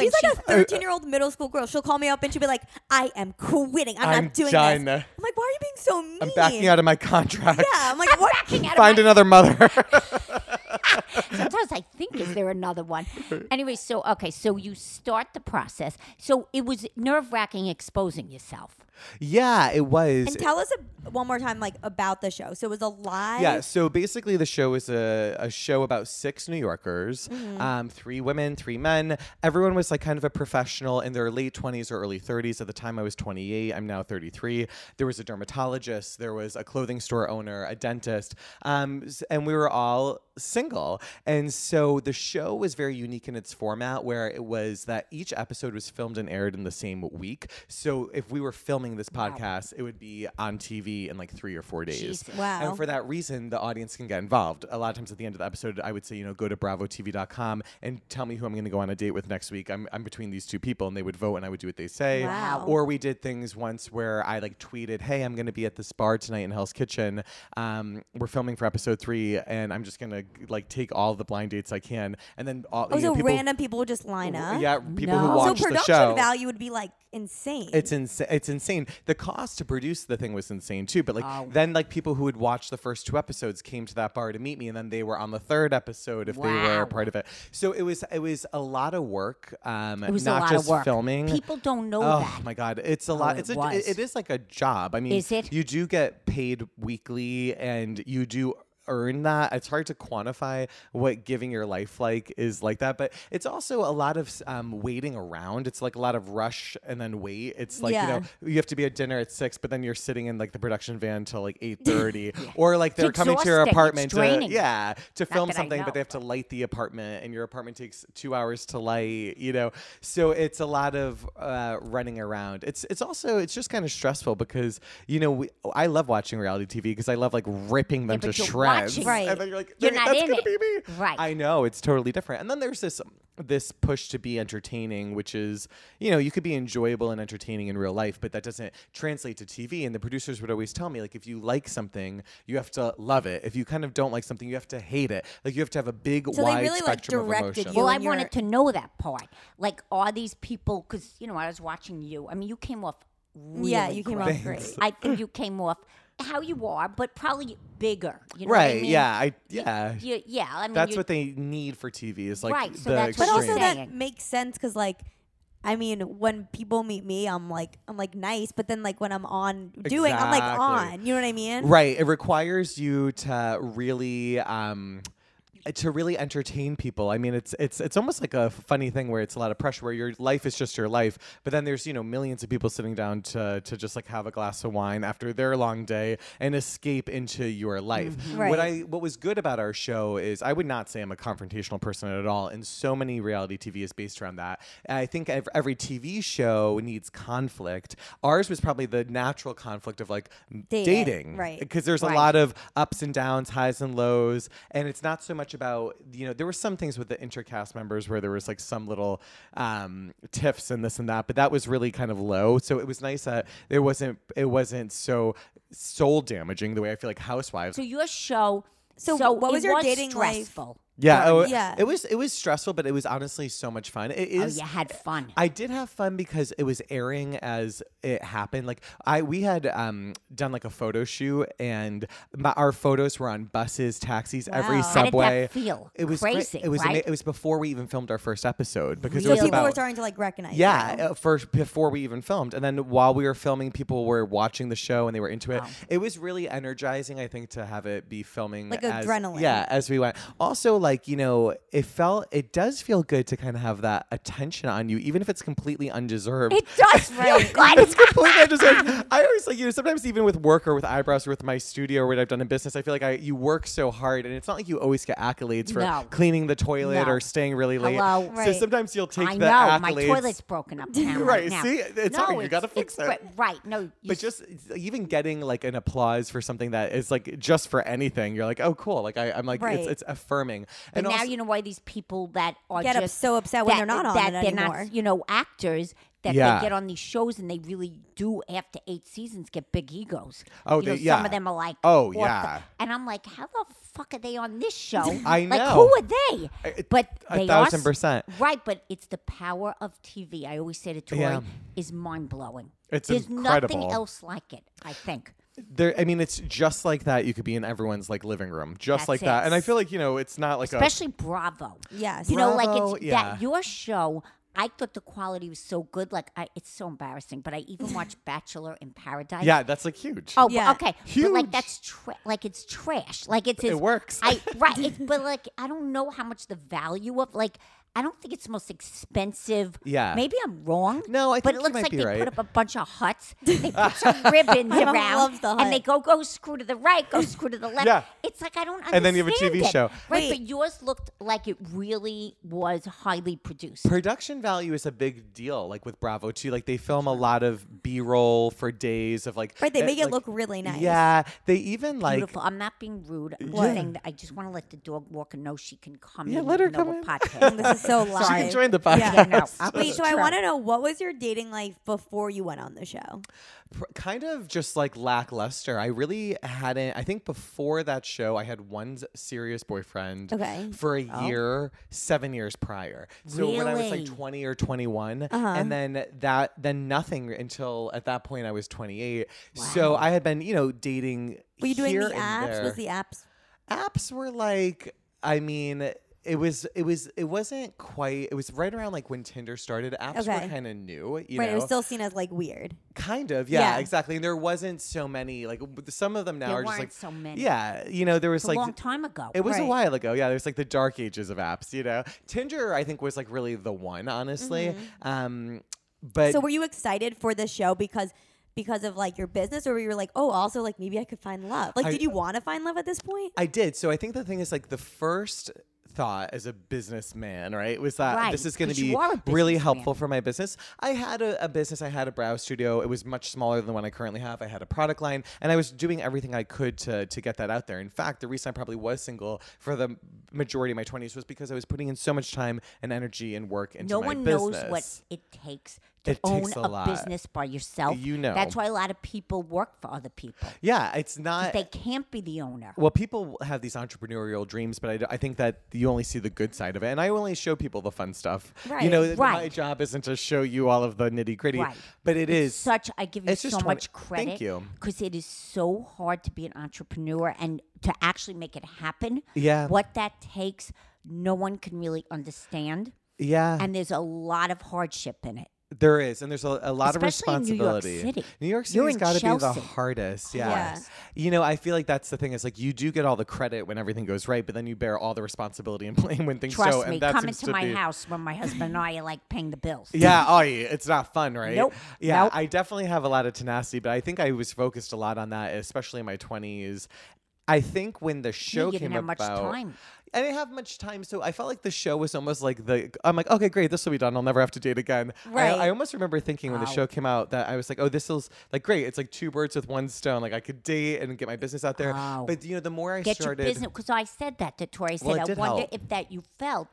B: She's
C: and
B: like a 13 year old middle school girl. She'll call me up and she'll be like, I am quitting. I'm,
A: I'm
B: not doing
A: done.
B: this. I'm like, why are you being so mean?
A: I'm backing out of my contract.
B: Yeah, I'm like, what?
C: backing out of
A: Find
C: my-
A: another mother.
C: Sometimes I think, is there another one? Anyway, so okay, so you start the process. So it was nerve wracking exposing yourself.
A: Yeah, it was.
B: And tell us a, one more time, like about the show. So it was a live.
A: Yeah, so basically, the show is a, a show about six New Yorkers, um, three women, three men. Everyone was like kind of a professional in their late 20s or early 30s. At the time, I was 28, I'm now 33. There was a dermatologist, there was a clothing store owner, a dentist, um, s- and we were all single. And so the show was very unique in its format where it was that each episode was filmed and aired in the same week. So if we were filming this podcast, it would be on TV in like three or four days.
C: Jesus.
B: Wow.
A: And for that reason, the audience can get involved. A lot of times at the end of the episode, I would say, you know, go to bravotv.com and tell me who I'm going to go on a date with next week. I'm, I'm between these two people, and they would vote and I would do what they say.
B: Wow.
A: Or we did things once where I like tweeted, hey, I'm going to be at this bar tonight in Hell's Kitchen. Um, we're filming for episode three, and I'm just going to like take all the blind dates I can. And then all
B: Oh,
A: you
B: so
A: know, people,
B: random people would just line up.
A: Yeah, people
C: No.
A: who
C: So
B: So
A: watch
B: production
A: the show.
B: value would be like insane.
A: It's insane. It's insane. The cost to produce the thing was insane too. But like
C: Oh.
A: then, like people who would watch the first two episodes came to that bar to meet me, and then they were on the third episode if they
C: Wow.
A: were part of it. So it was it was a lot of work. Um,
C: It was a
A: not
C: lot
A: just
C: of work.
A: filming.
C: People don't know
A: Oh
C: that.
A: my god, it's a lot.
C: it
A: it's a,
C: was.
A: it- it is like a job. I mean,
C: Is it?
A: You do get paid weekly, and you do earn that. It's hard to quantify what giving your life like is like that, but it's also a lot of um, waiting around. It's like a lot of rush and then wait. It's like
B: Yeah.
A: you know you have to be at dinner at six, but then you're sitting in like the production van till like eight thirty, or like they're coming to your
C: exhausting. It's
A: apartment. To,
C: draining.
A: yeah, to film
C: that I
A: something,
C: know.
A: but they have to light the apartment, and your apartment takes two hours to light. You know, so it's a lot of uh, running around. It's it's also it's just kind of stressful because you know we, I love watching reality TV because I love like ripping them
C: Yeah,
A: to
C: but you're
A: shreds.
C: watching.
B: Right.
A: And then you're like,
C: You're
A: "Dang it,
C: not
A: that's
C: in
A: gonna
C: it."
A: be me.
C: Right.
A: I know it's totally different. And then there's this um, this push to be entertaining, which is you know you could be enjoyable and entertaining in real life, but that doesn't translate to TV. And the producers would always tell me like if you like something, you have to love it. If you kind of don't like something, you have to hate it. Like you have to have a big
B: So they
A: wide
B: really, like,
A: spectrum of
B: directed
A: emotion.
B: you
C: Well, I
B: and your-
C: wanted to know that part. Like, are these people? Because you know, I was watching you. I mean, you came off. Really
B: yeah, you came
C: great.
B: off
A: Thanks.
B: great.
C: I think you came off how you are, but probably bigger. You know what I
A: right?
C: mean?
A: Yeah. I yeah.
C: You- yeah, I mean,
A: that's
C: you-
A: what they need for TV is like
C: Right, so
A: the
C: that's what
B: But
A: extreme.
B: also that
C: Saying.
B: makes sense because like, I mean, when people meet me, I'm like, I'm like nice, but then like when I'm on doing, I'm like
A: Exactly.
B: on. You know what I mean?
A: Right. It requires you to really um to really entertain people. I mean, it's it's it's almost like a funny thing where it's a lot of pressure where your life is just your life, but then there's, you know, millions of people sitting down to to just like have a glass of wine after their long day and escape into your life. What
B: Right.
A: I what was good about our show is I would not say I'm a confrontational person at all, and so many reality TV is based around that. And I think ev- every TV show needs conflict. Ours was probably the natural conflict of like
B: Dating,
A: dating,
B: right.
A: Because there's
C: Right.
A: a lot of ups and downs, highs and lows, and it's not so much about you know there were some things with the intercast members where there was like some little um, tiffs and this and that, but that was really kind of low. So it was nice that it wasn't it wasn't so soul damaging the way I feel like Housewives
C: So your show.
B: So
C: So,
B: what
C: it
B: was your dating life?
C: stressful.
A: Yeah, oh,
B: yeah.
A: It was it was stressful, but it was honestly so much fun. It
C: Oh,
A: is.
C: you had fun.
A: I did have fun because it was airing as it happened. Like I, we had um, done like a photo shoot, and my, our photos were on buses, taxis,
B: Wow.
A: every
B: How
C: did that
A: subway.
C: feel?
A: It was great.
C: Crazy,
A: It was.
C: right?
A: it was before we even filmed our first episode because
B: So
A: it was
B: people
A: about
B: were starting to like recognize. you.
A: yeah, uh, first before we even filmed, and then while we were filming, people were watching the show and they were into it. It was really energizing, I think, to have it be filming
B: Like
A: as-
B: adrenaline.
A: Yeah, as we went. Also, like you know, it felt it does feel good to kind of have that attention on you, even if it's completely undeserved.
C: it does feel good.
A: It's completely undeserved. I always like you know sometimes even with work or with eyebrows or with my studio or what I've done in business, I feel like I you work so hard and it's not like you always get accolades for
C: No.
A: cleaning the toilet
C: No.
A: or staying really late.
C: Hello.
A: So
B: Right.
A: sometimes you'll take
C: I
A: the
C: know my
A: accolades.
C: toilet's broken up now.
A: Right,
C: now.
A: see? It's
C: no,
A: hard. You
C: it's-
A: gotta fix
C: it's
A: it.
C: great. Right. No. You
A: But just even getting like an applause for something that is like just for anything, you're like, oh, cool. Like I, I'm like,
B: Right.
A: it's, it's affirming.
C: But now
A: also-
C: you know why these people that are
B: Get up-
C: just
B: so upset when they're not on
C: that
B: it
C: they're
B: anymore.
C: not, you know, actors that
A: Yeah.
C: they get on these shows and they really do after eight seasons get big egos.
A: Oh,
C: You know,
A: they-
C: some
A: yeah.
C: of them are like,
A: Oh,
C: off the-
A: yeah.
C: and I'm like, how the fuck are they on this show?
A: I
C: Like,
A: know.
C: who are
A: I-
C: they?
A: it-
C: But
A: a
C: they
A: thousand
C: are, s-
A: percent.
C: right. But it's the power of TV. I always say to Tori,
A: Yeah.
C: is mind blowing.
A: It's
C: There's nothing
A: incredible.
C: else like it. I think.
A: there i mean it's just like that you could be in everyone's like living room just
C: That's
A: like that and i
C: it.
A: feel like you know it's not like a
C: especially Bravo.
B: Yes.
C: you know,
A: Bravo,
C: like it's
A: yeah.
C: that your show. I thought the quality was so good. Like I, it's so embarrassing, but I even watched Bachelor in Paradise.
A: yeah that's like huge
C: Oh,
B: Yeah.
C: yeah. okay. But
A: Huge.
C: like that's tra- like it's trash. Like it's,
A: It
C: it's-
A: works.
C: I right. It's, but like I don't know how much the value of like I don't think it's the most expensive.
A: Yeah.
C: Maybe I'm wrong.
A: No, I think
C: but
A: you
C: it looks
A: might
C: like
A: be
C: they
A: right.
C: put up a bunch of huts. They put some ribbons
B: mom
C: around,
B: loves the hut.
C: and they go go screw to the right, go screw to the left.
A: Yeah.
C: It's like I don't understand.
A: And then you have a TV
C: it.
A: show.
B: Wait.
C: right? But yours looked like it really was highly produced.
A: production value is a big deal like with bravo too like they film a lot of b-roll for days of like
B: Right, they
A: eh,
B: make it
A: like-
B: look really nice.
A: yeah they even like
C: Beautiful. I'm not being rude. I'm just
A: Yeah.
C: saying that I just want to let the dog walk and know she can come
A: Yeah,
C: in.
A: let her
C: even though
A: come
C: we're
A: in.
C: podcasting.
B: This is so live.
A: she can join the
B: Yeah.
A: podcast
C: Yeah, no.
B: Wait, so I
C: True.
B: want to know what was your dating life before you went on the show?
A: pr- kind of just like lackluster. I really hadn't. I think before that show, I had one s- serious boyfriend
B: Okay. Oh.
A: for a year, seven years prior. So when I was like
C: Really?
A: 20 or 21,
B: Uh-huh.
A: and then that, then nothing until at that point I was 28. So I had been, you know, dating.
B: Were you doing
A: here
B: the
A: and
B: apps?
A: there
B: Was the apps?
A: apps were like i mean it was it was it wasn't quite it was right around like when tinder started apps
B: Okay.
A: were kind of new you
B: Right,
A: know
B: it was still seen as like weird.
A: kind of yeah,
B: Yeah.
A: exactly and there wasn't so many like w- some of them now
C: There
A: are just
C: weren't
A: like
C: so many.
A: yeah you know there was
C: It's a
A: like
C: long time ago.
A: it was a
B: Right.
A: while ago yeah there's like the dark ages of apps you know tinder i think was like really the one honestly
C: Mm-hmm.
A: um but
B: So were you excited for the show because because of like your business, or were you like, oh, also like maybe I could find love? Like,
A: I-
B: did you want to find love at this point?
A: I did. So I think the thing is like the first thought as a businessman, right, was that
C: Right,
A: this is going to
C: 'cause you
A: be
C: are a
A: really
C: businessman.
A: helpful for my business. I had a, a business, I had a brow studio. It was much smaller than the one I currently have. I had a product line, and I was doing everything I could to to get that out there. In fact, the reason I probably was single for the majority of my 20s was because I was putting in so much time and energy and work into
C: no
A: my
C: one
A: business.
C: knows what it takes to
A: It
C: own
A: takes a
C: a,
A: lot.
C: business by yourself.
A: You know.
C: That's why a lot of people work for other people.
A: yeah, it's not
C: They can't be the owner.
A: Well, people have these entrepreneurial dreams, but I d- I, think that you only see the good side of it. And I only show people the fun stuff. You
B: Right,
A: know, th- my
C: right.
A: job isn't to show you all of the nitty gritty,
C: Right.
A: but it is.
C: Such I give you
A: It's
C: so
A: just 20
C: much credit.
A: Thank you.
C: Because it is so hard to be an entrepreneur and to actually make it happen.
A: Yeah.
C: What that takes, no one can really understand.
A: yeah,
C: And there's a lot of hardship in it.
A: there is. And there's a, a lot of
C: Especially in New York
A: responsibility.
C: City.
A: New York
C: You're
A: City's
C: in
A: got to be the
C: Chelsea.
A: hardest. Yeah.
B: Yeah.
A: You know, I feel like that's the thing is like you do get all the credit when everything goes right, but then you bear all the responsibility and blame when things
C: Trust
A: go.
C: me,
A: and that
C: come
A: seems
C: into
A: to
C: my
A: be-
C: house when my husband and I are like paying the bills.
A: Yeah, oh, yeah, it's not fun, right?
C: Nope,
A: Yeah,
C: nope.
A: I definitely have a lot of tenacity, but I think I was focused a lot on that, especially in my twenties. I think when the show
C: you
A: came
C: didn't have much
A: about,
C: time.
A: I didn't have much time, so I felt like the show was almost like the. I'm like, okay, great, this will be done. I'll never have to date again. I-
B: Right.
A: I, almost remember thinking when the
C: Wow.
A: show came out that I was like, oh, this is like great. It's like two birds with one stone. Like I could date and get my business out there.
C: Wow.
A: But you know, the more I
C: get
A: started,
C: your business because I said that to Tori. I said
A: Well, it
C: I
A: did
C: wonder
A: help.
C: if that you felt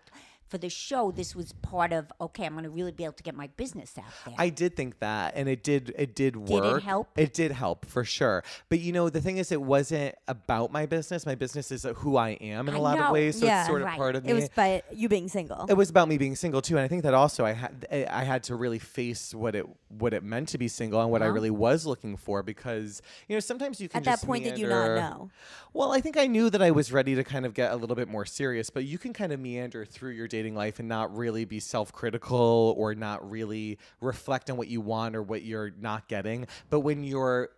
C: for the show this was part of okay, I'm going to really be able to get my business out there.
A: I did think that, and it did it did work.
C: it help?
A: It did help for sure. But you know, the thing is, it wasn't about my business. My business is uh, who I am in a
C: I
A: lot of
C: know.
A: ways, so
B: Yeah.
A: it's sort of
C: Right.
A: part of me.
B: It was by you being single.
A: It was about me being single too, and I think that also I had I I had to really face what it what it meant to be single and what I really was looking for because you know sometimes you can
B: Uh-huh. At that
A: just
B: point, did you not
A: meander-
B: know?
A: Well, I think I knew that I was ready to kind of get a little bit more serious, but you can kind of meander through your dating life and not really be self critical or not really reflect on what you want or what you're not getting. But when you're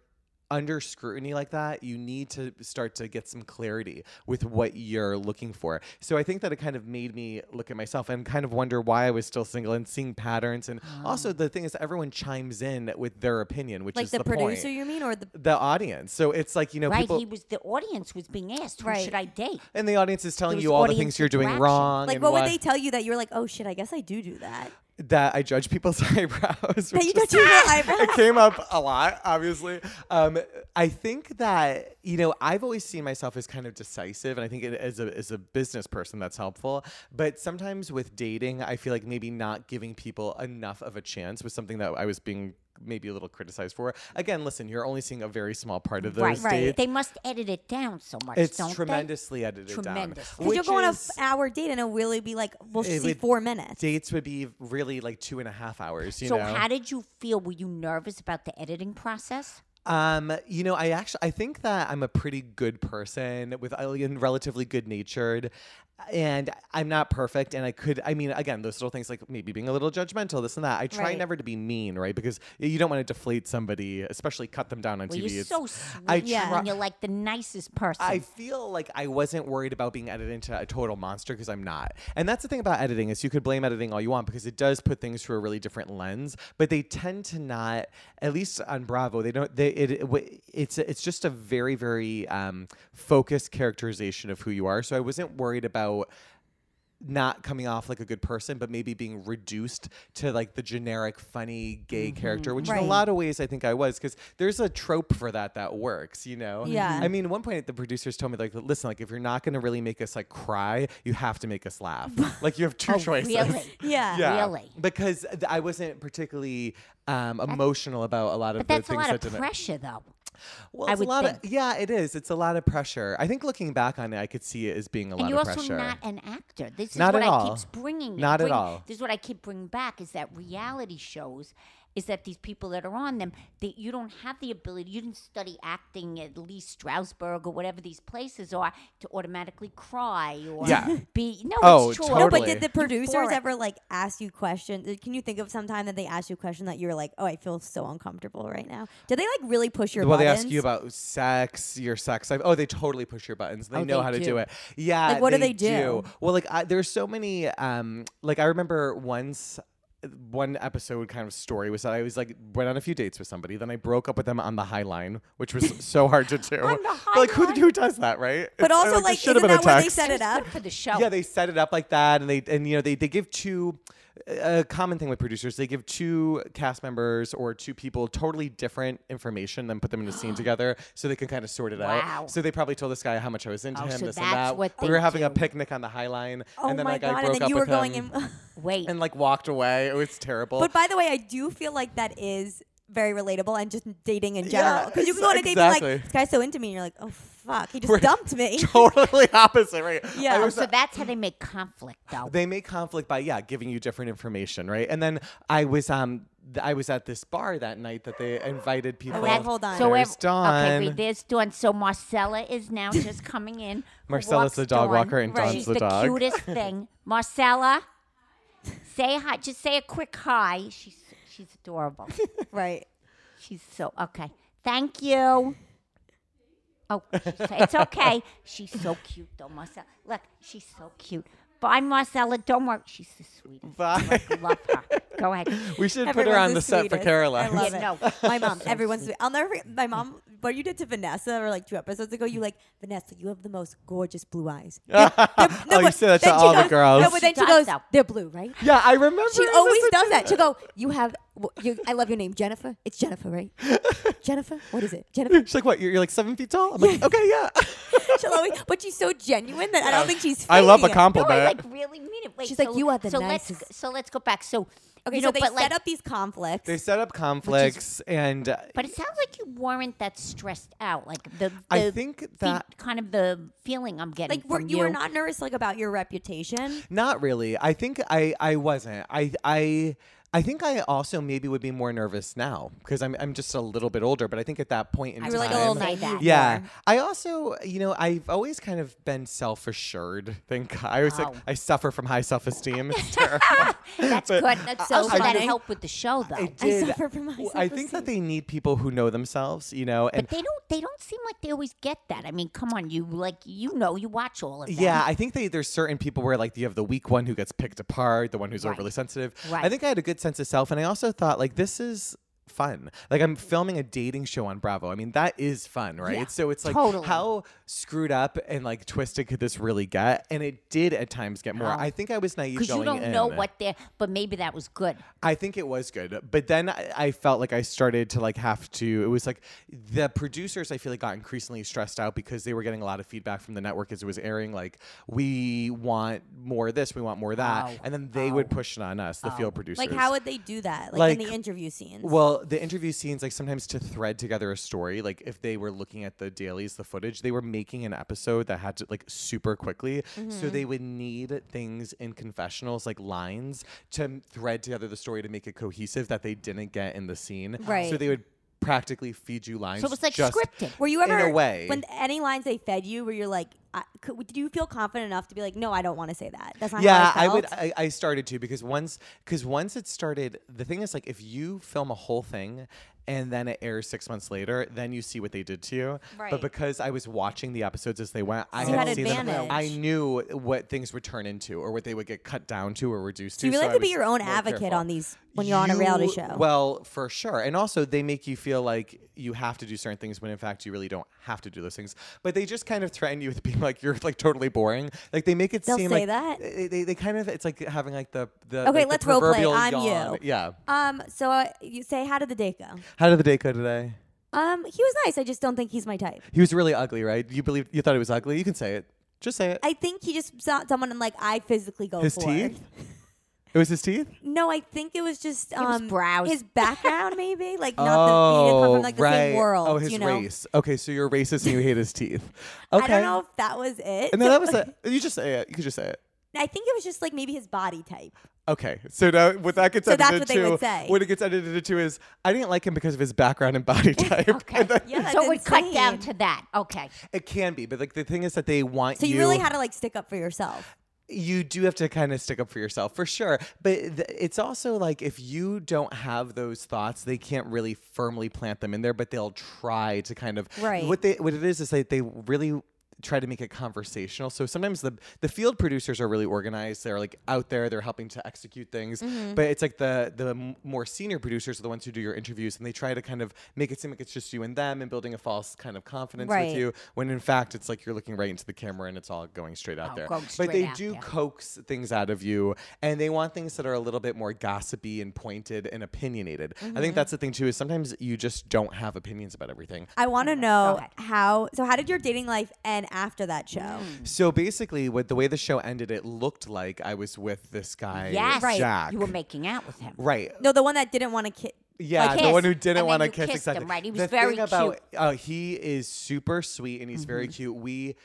A: under scrutiny like that, you need to start to get some clarity with what you're looking for. So I think that it kind of made me look at myself and kind of wonder why I was still single and seeing patterns. And also, the thing is, everyone chimes in with their opinion, which
B: Mm. Like
A: is
B: the,
A: the,
B: producer,
A: point.
B: you mean, or the
A: The audience. So it's like, you know,
C: right?
A: people.
C: he was the audience was being asked, who
B: Right.
C: should I date?
A: And the audience is telling
C: There
A: you
C: was
A: all the
C: audience
A: things you're doing
C: interaction.
A: wrong.
B: like?
A: and
B: What
A: why,
B: would they tell you that you were like, oh shit, I guess I do do that.
A: That I judge people's eyebrows.
B: That
A: which
B: you
A: is-
B: don't do your eyebrows.
A: it came up a lot, obviously. Um, I think that you know I've always seen myself as kind of decisive, and I think it, as a as a business person that's helpful. But sometimes with dating, I feel like maybe not giving people enough of a chance was something that I was being maybe a little criticized for. Again, listen, you're only seeing a very small part of those
C: Right,
A: dates.
C: They must edit it down so much.
A: It's
C: don't they?
A: tremendously edited
C: Tremendously.
A: down.
B: Because you'll
A: which
B: go on an
A: is-
B: hour date and it'll really be like, we'll
A: It
B: see
A: would-
B: four minutes.
A: dates would be really like two and a half hours. You
C: So
A: know,
C: how did you feel? Were you nervous about the editing process?
A: Um, you know, I actually I think that I'm a pretty good person with uh, and relatively good natured, and I'm not perfect. And I could, I mean, again, those little things like maybe being a little judgmental, this and that. I try
B: Right.
A: never to be mean, right? Because you don't want to deflate somebody, especially cut them down on
C: Well,
A: TV.
C: you're
A: It's-
C: so sweet,
A: I try-
C: and you're like the nicest person.
A: I feel like I wasn't worried about being edited into a total monster because I'm not. And that's the thing about editing is you could blame editing all you want because it does put things through a really different lens, but they tend to not at least on Bravo, they don't they it, it w- it's it's just a very very um focused characterization of who you are. So I wasn't worried about not coming off like a good person, but maybe being reduced to like the generic funny gay character, which in
B: Right.
A: a lot of ways I think I was, because there's a trope for that that works, you know?
B: Yeah.
A: I mean, at one point the producers told me like, listen, like if you're not gonna really make us like cry, you have to make us laugh. like you have two
C: Oh,
A: choices.
C: really?
B: Yeah.
A: Yeah,
C: Really?
A: because th- I wasn't particularly um, emotional about a lot of
C: but
A: the
C: that's a
A: things
C: lot
A: that
C: of
A: didn't.
C: pressure, though.
A: Well,
C: I
A: it's
C: would
A: a lot of
C: think.
A: yeah, it is. It's a lot of pressure. I think looking back on it, I could see it as being a
C: And
A: lot
C: you're
A: of
C: also
A: pressure.
C: not an actor. This is
A: Not
C: what
A: at
C: I
A: all.
C: keep bringing.
A: Not at
C: bring-
A: all.
C: This is what I keep bringing back: is that reality shows, is that these people that are on them, that you don't have the ability. You didn't study acting at least Strasbourg or whatever these places are to automatically cry or
A: Yeah.
C: be. No,
A: Oh,
C: it's true.
A: totally.
B: No, but did the producers
C: Euphoric.
B: ever like ask you questions? Can you think of some time that they asked you a question that you were like, "Oh, I feel so uncomfortable right now"? Do they like really push your?
A: well,
B: buttons?
A: they ask you about sex, your sex life. Oh, they totally push your buttons. They
C: Oh,
A: know
C: they
A: how to
C: do.
A: do it. Yeah.
B: Like, what do they do?
A: Well, like I, there's so many. Um, like I remember once. One episode kind of story was that I was like went on a few dates with somebody, then I broke up with them on the High Line, which was so hard to do.
C: On the High
A: like who,
C: Line?
A: who does that, right?
B: But
A: It's- I,
B: also,
A: this
B: like,
A: should have
B: isn't
A: been a
B: that where they
A: text.
B: set it up?
C: Good for the show.
A: Yeah, they set it up like that, and they and you know they they give two. A common thing with producers, they give two cast members or two people totally different information, then put them in a scene together so they can kind of sort it
C: Wow.
A: out. So they probably told this guy how much I was into
C: Oh,
A: him,
C: so
A: this
C: that's
A: and that.
C: what
A: we
C: they
A: were having a
C: do.
A: picnic on the High Line,
B: Oh
A: and then
B: my
A: like
B: god!
A: I broke
B: and then
A: up
B: you were
A: with
B: going
A: him
B: in.
C: Wait.
A: and like walked away. It was terrible.
B: but by the way, I do feel like that is very relatable and just dating in
A: Yeah,
B: general. Because you
A: ex-
B: can go on a date and be
A: exactly.
B: like, "This guy's so into me," and you're like, "Oh fuck, he just
A: We're
B: dumped me."
A: totally opposite, right?
B: Yeah.
A: I
B: Oh,
C: oh,
A: was-
C: so that's how they make conflict, though.
A: They make conflict by yeah, giving you different information, right? And then I was um th- I was at this bar that night that they invited people.
B: Well, hold on.
C: So
A: There's
C: ev- Okay,
A: Dawn.
C: read, there's Dawn. So Marcella is now just coming in. who
A: Marcella's
C: walks
A: the dog walker and Dawn's
C: She's
A: the dog.
C: cutest thing. Marcella, say hi. Just say a quick hi. She's she's adorable.
B: right.
C: she's so okay. Thank you. Oh, she's, it's okay. She's so cute, though, Marcella. Look, she's so cute. Bye, Marcella. Don't worry. She's the sweetest.
A: Bye.
C: Look, love her. Go ahead.
A: We should put her
B: Everyone's
A: on the set for
B: sweetest.
A: Caroline.
B: I love
C: Yeah,
B: it.
C: no.
B: My mom, everyone's. sweet. I'll never forget my mom. What you did to Vanessa, or like two episodes ago, you like Vanessa. You have the most gorgeous blue eyes. They're- they're-
A: Oh, you
B: but
A: say that to
B: then she
A: all the
B: goes-
A: girls.
B: No, but then
C: She
B: she goes,
C: does, though.
B: "They're blue, right?"
A: Yeah, I remember.
B: She
A: it was
B: always
A: a-
B: does that. She'll go, "You have, w- you, I love your name, Jennifer. It's Jennifer, right? Jennifer, what is it? Jennifer."
A: She's like, what? You're, you're like seven feet tall. I'm like, okay, yeah.
B: She'll always, but she's so genuine that I don't think she's.
A: I love a
B: faking it.
C: No, I
A: compliment.
C: like really mean it. Wait,
B: She's like,
C: so-
B: "You are the
C: so Let's,
B: nicest."
C: so let's go back. So
B: Okay,
C: you
B: so
C: know,
B: they
C: but
B: set
C: like,
B: up these conflicts.
A: they set up conflicts, and uh,
C: But it sounds like you weren't that stressed out. Like the,
A: I
C: the
A: think
C: fe-
A: that-
C: kind of the feeling I'm getting.
B: like were,
C: from
B: you were not nervous like about your reputation.
A: not really. I think I I wasn't. I I. I think I also maybe would be more nervous now because I'm, I'm just a little bit older, but I think at that point in
B: You
A: time,
B: were like a little
C: Say
B: naive.
C: that.
A: Yeah. I also, you know, I've always kind of been self assured. Thank God. I always
C: Wow.
A: like, I suffer from high self esteem.
C: That's
A: but-
C: good. That's so
A: Uh, I
C: that
A: think-
C: helped with the show though.
A: I did.
B: suffer from high
A: well, I think that they need people who know themselves, you know, and
C: but they don't. They don't seem like they always get that. I mean, come on, you like you know you watch all of that.
A: Yeah, I think they, there's certain people where like you have the weak one who gets picked apart, the one who's
C: Right.
A: overly sensitive. I
C: Right.
A: think I had a good sense of self, and I also thought like this is fun. Like I'm filming a dating show on Bravo. I mean that is fun, right?
C: Yeah,
A: so it's like
C: totally.
A: how screwed up and like twisted could this really get? And it did at times get more.
C: Oh.
A: I think I was naive
C: because you
A: going
C: don't know
A: in.
C: what they're. But maybe that was good.
A: I think it was good, but then I, I felt like I started to like have to. It was like the producers I feel like got increasingly stressed out because they were getting a lot of feedback from the network as it was airing. Like we want more of this, we want more of that,
C: Oh.
A: and then they would push it on us, the field producers.
B: Like how would they do that? Like, in
A: Like-
B: the interview scenes.
A: Well, the interview scenes, like sometimes to thread together a story, like if they were looking at the dailies, the footage, they were making an episode that had to like super quickly.
B: Mm-hmm.
A: So they would need things in confessionals, like lines, to m- thread together the story to make it cohesive that they didn't get in the scene. So
B: Right.
A: they would practically feed you lines.
C: So it was like
A: just-
C: scripted.
B: Were you
A: In
B: ever
A: a way.
B: when any lines they fed you where you're like, I, could, did you feel confident enough to be like, no, I don't want to say that. That's not
A: yeah,
B: how I
A: I
B: felt.
A: would. I, I started to because once because once it started, the thing is like if you film a whole thing and then it airs six months later, then you see what they did to you.
B: Right.
A: But because I was watching the episodes as they went, I
B: So
A: had,
B: you had
A: seen them.
B: advantage.
A: I knew what things would turn into or what they would get cut down to or reduced
B: so you
A: to.
B: really
A: I
B: have to be
A: was
B: your own
A: more
B: advocate
A: careful.
B: on these when you're on a reality
A: You-
B: show.
A: Well, for sure. And also, they make you feel like you have to do certain things when in fact you really don't have to do those things. But they just kind of threaten you with being like, you're like totally boring. Like, they make it
B: They'll
A: seem like
B: say that.
A: They, they, they kind of, it's like having like the, the,
B: Okay,
A: like, the
B: let's role play.
A: proverbial
B: I'm
A: yawn.
B: you.
A: Yeah.
B: um, so uh, you say, how did the date go?
A: How did the date go today?
B: Um, he was nice. I just don't think he's my type.
A: He was really ugly, right? You believed, you thought he was ugly? You can say it. Just say it.
B: I think he just saw someone and like I physically go
A: his
B: for.
A: teeth? It was his teeth?
B: No, I think it was just um,
C: was brows.
B: his background maybe like not the he didn't come
A: oh,
B: from like the
A: right.
B: same world.
A: oh, his
B: you know?
A: race. Okay, so you're racist and you hate his teeth. Okay.
B: I don't know if that was it.
A: And then that was it. You just say it. You could just say it.
B: I think it was just like maybe his body type.
A: Okay, so now what that gets
B: So that's
A: edited
B: what
A: to,
B: they would say.
A: what it gets edited to is, I didn't like him because of his background and body type.
C: Okay.
A: And then-
B: Yeah, that's
C: so it would cut down
B: insane.
C: to that. Okay.
A: It can be, but like the thing is that they want
B: So
A: you.
B: you really had to like stick up for yourself.
A: you do have to kind of stick up for yourself for sure. But th- it's also like if you don't have those thoughts, they can't really firmly plant them in there, but they'll try to kind of
B: Right.
A: What they what it is is that they really try to make it conversational. So sometimes the the field producers are really organized. They're like out there, they're helping to execute things.
B: Mm-hmm.
A: But it's like the the m- more senior producers are the ones who do your interviews and they try to kind of make it seem like it's just you and them and building a false kind of confidence
B: Right.
A: with you when in fact it's like you're looking right into the camera and it's all going straight out
C: Oh,
A: there.
C: going
A: but
C: straight
A: they
C: out
A: do
C: there.
A: coax things out of you and they want things that are a little bit more gossipy and pointed and opinionated. I
C: Mm-hmm.
A: think that's the thing too is sometimes you just don't have opinions about everything.
B: I want to know
C: ahead.
B: how. So how did your dating life end after that show?
A: So basically what the way the show ended it looked like I was with this guy
C: Yes.
B: Right.
A: Jack.
C: You were making out with him.
A: right.
B: No, the one that didn't want to kiss.
A: Yeah,
C: Like
A: the
C: kiss.
A: one who
C: And
A: didn't
C: then
A: want to
C: you
A: kiss.
C: kissed him,
A: Exactly.
C: right? He was
A: the
C: very Mm-hmm.
A: thing about uh, he is super sweet and he's very cute. We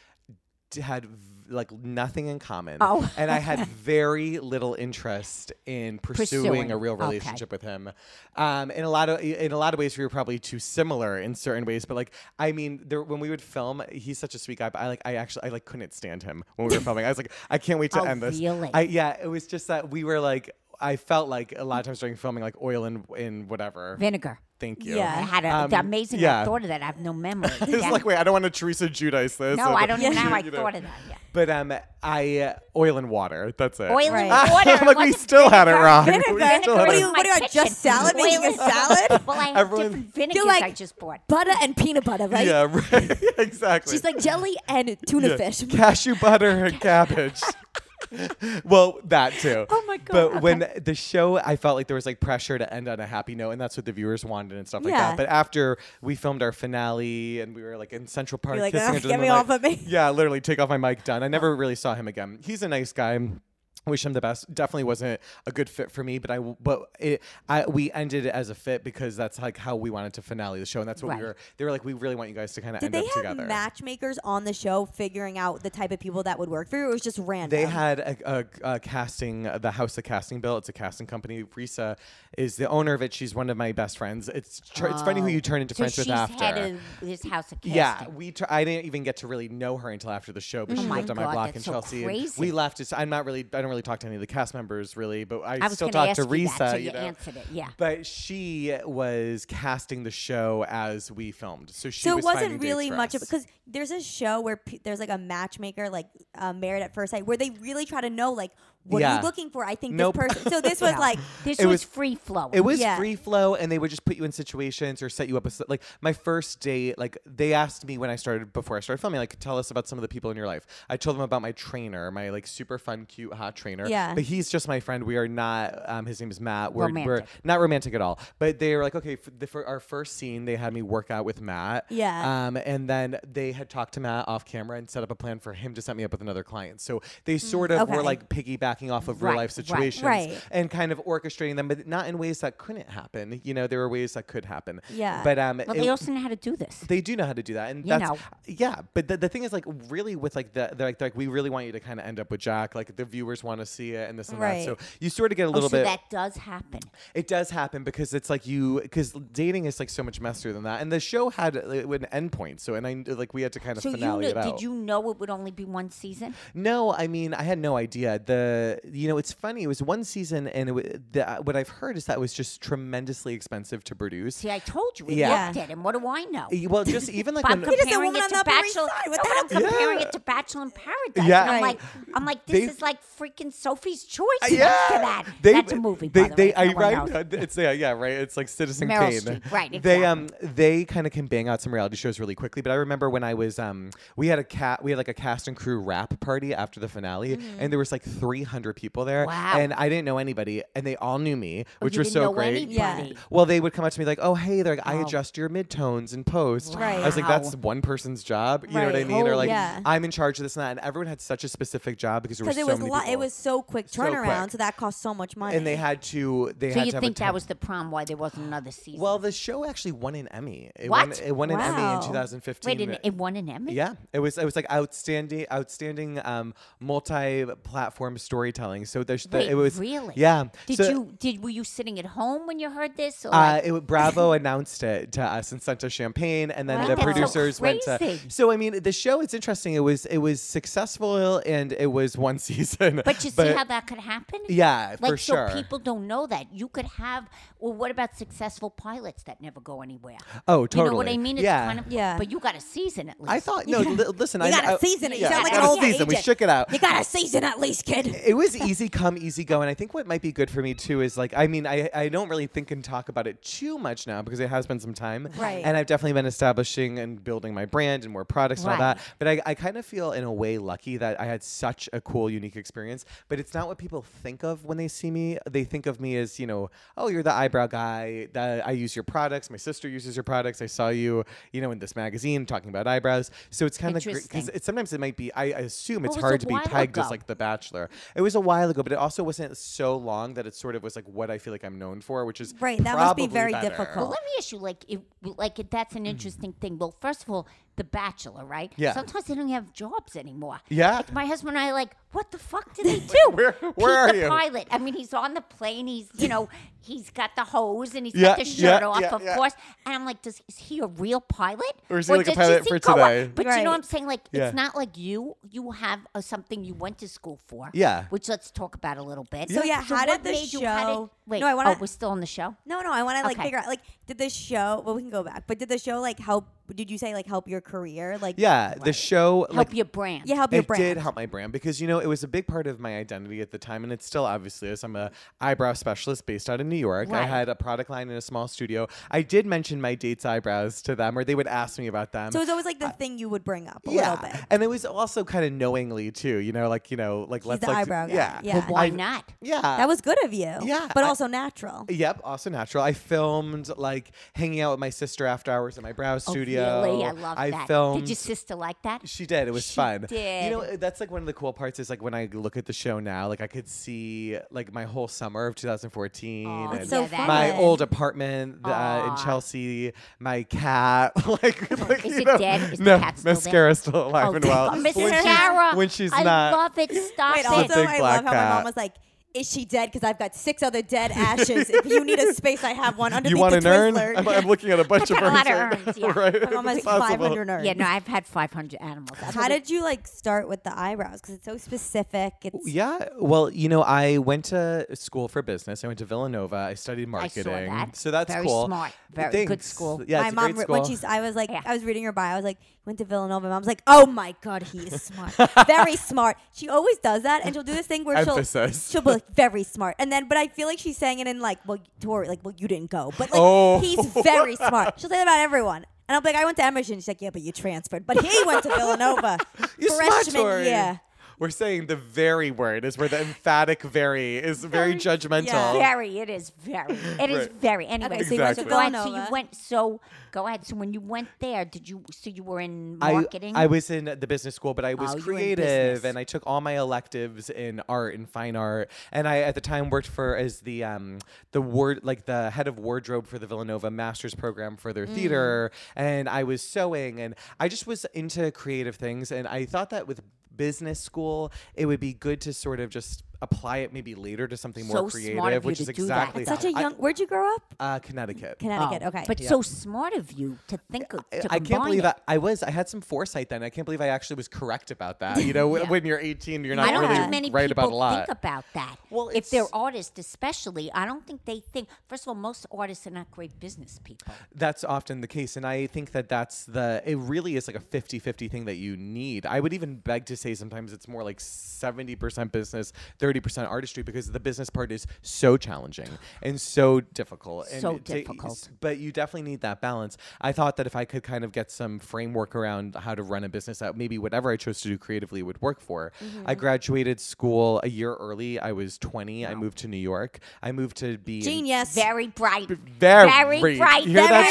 A: d- had v- like nothing in common,
C: Oh.
A: and I had very little interest in pursuing,
C: Pursuing.
A: a real
C: Okay.
A: relationship with him. Um, in a lot of in a lot of ways, we were probably too similar in certain ways. But like, I mean, there, when we would film, he's such a sweet guy. But I like, I actually, I like, couldn't stand him when we were filming. I was like, I can't wait to
C: Oh,
A: end this.
C: really?
A: I yeah, it was just that we were like. I felt like a lot of times during filming, like oil and in whatever.
C: Vinegar.
A: Thank you.
C: I
B: Yeah.
C: had a,
A: Um,
C: the amazing
A: yeah.
C: I thought of that. I have no memory.
A: It's
C: Yeah.
A: like, wait, I don't want to Teresa Judice this.
C: no, I don't know. Now I
A: You know.
C: thought of that. Yeah.
A: But um, I uh, oil and water. That's it.
C: Oil
B: Right.
C: and water.
A: Look, we
C: Wasn't
A: still had it
C: vinegar.
A: wrong. We
B: Vinegar.
A: still
B: What
A: had
B: do
A: it
B: you-
A: wrong.
B: what do I-
C: Kitchen.
B: just salad?
C: Oil
B: Making a
C: and-
B: salad?
C: well, I have
A: Everyone-
C: different vinegars
B: like-
C: I just bought.
B: Butter and peanut butter, right?
A: Yeah, right. exactly.
B: She's like jelly and tuna
A: Yeah.
B: fish.
A: Cashew butter and cabbage. well, that too.
C: Oh my God.
A: But
C: Okay.
A: when the show, I felt like there was like pressure to end on a happy note, and that's what the viewers wanted and stuff like
B: Yeah.
A: that. But after we filmed our finale and we were like in Central Park,
B: like,
A: kissing
B: "Ugh,
A: under the
B: get me
A: moonlight,"
B: off of me.
A: Yeah, literally, take off my mic. Done. I never really saw him again. He's a nice guy. Wish him the best. Definitely wasn't a good fit for me, but I but it I we ended it as a fit because that's like how we wanted to finale the show, and that's what
C: Right.
A: we were. They were like, we really want you guys to kind of end
B: Did they
A: up
B: have
A: together.
B: matchmakers on the show figuring out the type of people that would work for you? Or it was just random.
A: They
C: Um,
A: had a, a, a casting, the House of Casting Bill. It's a casting company. Risa is the owner of it. She's one of my best friends. It's tr- it's funny who you turn into
C: so
A: friends
C: she's
A: with after.
C: head of this house of casting.
A: yeah,
C: Oh
A: we. Tr- I didn't even get to really know her until after the show, but she
C: my
A: lived on my
C: God,
A: block
C: that's
A: in
C: so
A: Chelsea. and
C: crazy.
A: we left. It's, I'm not really. I don't really talk to any of the cast members really, but I,
C: I was
A: still
C: gonna
A: talk to
C: ask you that,
A: Risa.
C: so you
A: know.
C: answered it, yeah.
A: But she was casting the show as we filmed, so she
B: so
A: was
B: it
A: finding
B: wasn't
A: dates
B: really
A: for
B: much of
A: us.
B: because there's a show where pe- there's like a matchmaker, like uh, Married at First Sight, where they really try to know like what are
A: Yeah.
B: you looking for? I think
A: Nope.
B: this person. So this was like
C: This
A: It
C: was,
A: was-
C: free flowing.
A: It was
B: Yeah.
A: free flow, and they would just put you in situations or set you up with like my first date. Like they asked me when I started before I started filming, like tell us about some of the people in your life. I told them about my trainer, my like super fun, cute, hot trainer.
B: Yeah.
A: but he's just my friend. We are not. Um, his name is Matt. We're, we're
C: Romantic.
A: not romantic at all. But they were like, okay, for, the, for our first scene, they had me work out with Matt.
B: Yeah.
A: Um, and then they had talked to Matt off camera and set up a plan for him to set me up with another client. So they sort of
B: Mm, okay.
A: were like piggyback piggybacking off of real
C: Right,
A: life
C: right,
A: situations
B: right.
A: and kind of orchestrating them, but not in ways that couldn't happen. You know, there were ways that could happen.
B: Yeah.
A: But um,
C: Well,
A: it-
C: they also know how to do this.
A: they do know how to do that, and
C: You
A: that's
C: know.
A: yeah. But the, the thing is, like, really, with like the they're like, they're like we really want you to kind of end up with Jack. Like the viewers want to see it, and this and that. So
B: Right.
A: you sort of get a little
C: oh, so
A: bit.
C: that does happen.
A: It does happen because it's like you because dating is like so much messier than that, and the show had uh, an endpoint. So and I like we had to kind of
C: So you
A: finale
C: knew,
A: it out.
C: did you know it would only be one season?
A: No, I mean I had no idea. The you know it's funny. It was one season, and it w- the, uh, what I've heard is that it was just tremendously expensive to produce.
C: See, I told you. It
A: Yeah.
C: looked at him. What do I know?
A: Y- Well, just even like
C: But I'm
A: when
B: just a
C: comparing
B: woman
C: it
B: on
C: to
B: the Upper East
C: Bachelor.
B: Side.
C: No,
B: What
C: but
B: the
C: I'm
A: hell?
C: comparing
A: Yeah.
C: it to Bachelor in Paradise.
A: Yeah.
C: And
B: Right.
C: I'm like, I'm like, this
A: They- Uh,
C: is like freaking Sophie's Choice. next to that.
A: They-
C: That's a movie.
A: They,
C: by the
A: they,
C: way, if
A: I
C: no one
A: right.
C: knows.
A: uh, It's yeah, yeah, right. It's like Citizen
C: Meryl
A: Kane.
C: Streep, right,
A: They um they kind of can bang out some reality shows really quickly. But I remember when I was um we had a cat we had like a cast and crew wrap party after the finale, and there was like 300 people there.
C: Mm-hmm. Wow. Oh,
A: And I didn't know anybody, and they all knew me, which
C: you
A: was
C: didn't
A: so
C: know
A: great.
C: anybody.
A: Well, they would come up to me like, "Oh, hey," they're like, "I
C: Oh.
A: adjust your midtones in post." I was like,
C: Wow.
A: "That's one person's job." You know what I
B: Right.
A: mean? or
B: Oh,
A: like,
B: yeah.
A: "I'm in charge of this and that," and everyone had such a specific job because there were
B: because
A: so
B: it was
A: many
B: lo- it
A: people.
B: was so quick
A: So quick.
B: turnaround, so, that cost so much money.
A: and they had to they
C: So
A: had
C: you
A: to have a
C: think
A: ton-
C: that was the problem why there wasn't another season?
A: Well, the show actually won an Emmy. It won
C: What?
A: it won an Emmy in
B: Wow.
A: 2015.
C: wait, it, it won an Emmy.
A: yeah, it was it was like outstanding outstanding um multi-platform storytelling. So there's the,
C: Wait,
A: it was
C: really?
A: Yeah.
C: Did
A: So,
C: you did were you sitting at home when you heard this? Or
A: Uh,
C: like-
A: it, wa- Bravo announced it to us and sent us champagne, and then
C: Wow.
A: the
C: That's so
A: producers went to.
C: crazy.
A: So I mean, the show it's interesting. It was it was successful, and it was one season.
C: but you see how that could happen.
A: Yeah,
C: Like
A: for
C: so
A: sure.
C: people don't know that. You could have well what about successful pilots that never go anywhere?
A: Oh,
C: You know what
A: totally.
C: I mean? It's
A: Yeah.
C: kind of
B: Yeah.
C: but you got a season at least.
A: I thought no. li- listen, I
B: you
A: I-
B: gotta season it. You
A: yeah,
B: sound like an
A: gotta
B: old
A: season. We
B: agent.
A: shook it out.
B: You gotta season at least, kid.
A: it was easy come easy go and i think what might be good for me too is like i mean i, I don't really think and talk about it too much now because it has been some time
B: Right.
A: and i've definitely been establishing and building my brand and more products and all
C: Right.
A: that but i, I kind of feel in a way lucky that i had such a cool unique experience but it's not what people think of when they see me they think of me as you know oh you're the eyebrow guy that i use your products my sister uses your products i saw you you know in this magazine talking about eyebrows so it's kind of because
C: Interesting.
A: it, sometimes it might be i, I assume it's
C: was a
A: hard to be
C: while
A: pegged as
C: ago.
A: like the Bachelor. It was a while ago, but it also wasn't so long that it sort of was like what I feel like I'm known for, which is
B: Right, that must be
A: probably
B: very
A: better.
B: difficult.
C: Well, let me ask you, like, if, like if that's an interesting thing. Well, first of all, The Bachelor, right?
A: Mm. Yeah.
C: Sometimes they don't have jobs anymore.
A: Yeah.
C: Like my husband and I, are like, what the fuck did they do?
A: Where- where
C: Pete
A: are
C: the
A: you?
C: Pilot. I mean, he's on the plane. He's, you know, he's got the hose and he's
A: Yeah,
C: got the shirt
A: yeah,
C: off,
A: yeah,
C: of
A: yeah.
C: course. And I'm like, does is he a real pilot,
A: Or is he like a
C: does-
A: pilot
C: does he
A: for
C: go on-
A: today?
C: But you
B: Right.
C: know, what I'm saying like,
A: Yeah.
C: it's not like you. You have uh something you went to school for.
A: Yeah.
C: Which let's talk about a little bit.
B: So, yeah, how
C: what
B: did the
C: made you- how did-
B: show-
C: Wait.
B: No, I wanna-
C: oh, we're still on the show.
B: No, no, I want to like
C: Okay.
B: figure out like did the show? Well, we can go back, but did the show like help? Did you say like help your career? Like
A: Yeah, the show
C: Help
A: like
C: your brand.
B: yeah, help your
A: it
B: brand.
A: did help my brand because you know it was a big part of my identity at the time, and it still obviously is. I'm a eyebrow specialist based out of New York. I
C: Right.
A: had a product line in a small studio. I did mention my dates eyebrows to them, or they would ask me about them.
B: So it was always like the thing you would bring up a
A: yeah,
B: little bit.
A: and it was also kind of knowingly too. You know, like you know, like let's
B: the
A: like
B: eyebrow guy.
A: yeah,
B: Yeah.
C: Why
A: I-
C: not?
A: yeah.
B: That was good of you.
A: Yeah,
B: but
A: I-
B: also natural.
A: Yep, also natural. I filmed like hanging out with my sister after hours at my brow studio.
C: Oh, really? I love that.
A: filmed.
C: Did your sister like that?
A: she did. It was
C: She
A: fun. You
C: did.
A: know, that's like one of the cool parts is like when I look at the show now, like I could see like my whole summer of 2014.
C: Aw,
A: and
B: It's so
C: Yeah, that-
B: fun.
A: my old apartment uh, in
C: Aw. Oh,
A: Chelsea, my cat, like, like
C: Is
A: you
C: it
A: know,
C: dead? Is the
A: no,
C: cat still there?
A: mascara's still alive
C: Oh,
A: and
C: thank
A: well.
C: God.
A: When she's-
C: Mascara.
A: when she's
C: I
A: not,
C: love it. Stop
B: Wait,
A: It's a
B: also
A: big
B: I
A: black
B: love how my
A: cat.
B: mom was like, "Is she dead? Because I've got six other dead ashes. if you need a space, I have one underneath
A: you want
B: the
A: an urn?
B: Twizzler."
A: I'm, I'm looking at a bunch of
C: got a
A: urns.
C: lot of
A: right
C: urns,
A: now,
C: yeah.
A: right?
B: My mom
A: It's
B: has
A: possible.
B: 500 urns.
C: Yeah, no, I've had 500 animals. That's
B: How
C: what
B: did you like start with the eyebrows? Because it's so specific. It's
A: Yeah. Well, you know, I went to school for business. I went to Villanova. I studied
C: I saw
A: marketing.
C: that.
A: So that's
C: Very
A: cool.
C: smart. Very good school.
A: Yeah,
B: my
A: it's a
B: mom
A: great
B: re- when
A: school.
B: she's I was like
C: Yeah.
B: I was reading her bio. I was like went to Villanova. Mom's like, oh my god, he is smart, very smart. She always does that, and she'll do this thing where she'll
A: Emphasis.
B: she'll be like very smart, and then but I feel like she's saying it in like well Tori like well you didn't go, but like
A: Oh.
B: he's very smart. She'll say that about everyone. And I'll be like, I went to Emerson. She's like, yeah, but you transferred. But he went to Villanova.
A: You're smart,
B: freshman
A: Tori.
B: year.
A: We're saying the very word is where the emphatic very is very judgmental.
C: Very, it is very. It is
A: Right.
C: very. Anyway,
B: Okay, so
A: you went to Exactly.
C: go ahead. So you
B: Villanova.
C: went. So go ahead. So when you went there, did you? So you were in
A: I,
C: marketing.
A: I was in the business school, but I was
C: Oh, you were in business.
A: creative and I took all my electives in art and fine art. And I at the time worked for as the um the ward like the head of wardrobe for the Villanova Masters program for
C: Mm.
A: their theater. And I was sewing and I just was into creative things and I thought that with business school it would be good to sort of just apply it maybe later to something
C: So
A: more
C: smart
A: creative,
C: of you
A: which
C: to
A: is
C: do that.
A: exactly
C: That's
B: Such a
A: I-
B: young. where'd you grow up?
A: uh, Connecticut.
B: Connecticut.
C: Oh,
B: okay.
C: But so smart of you to think of. To
A: I
C: combine
A: can't believe
C: it.
A: I, I was. I had some foresight then. I can't believe I actually was correct about that. You know, when- when you're 18, you're not
C: I don't
A: really
C: think many
A: right
C: people
A: about a lot.
C: think about that.
A: Well,
C: if they're
A: it's-
C: artists, especially, I don't think they think. First of all, most artists are not great business people.
A: that's often the case. And I think that that's the, it really is like a 50 50 thing that you need. I would even beg to say sometimes it's more like 70% business, 30% artistry, because the business part is so challenging and so difficult. And
C: So
A: to-
C: difficult.
A: But you definitely need that balance. I thought that if I could kind of get some framework around how to run a business that maybe whatever I chose to do creatively would work for.
C: Mm-hmm.
A: I graduated school a year early. I was 20. I moved to New York. I moved to be in-
B: Genius.
C: Very bright.
A: very.
C: bright.
A: You hear that,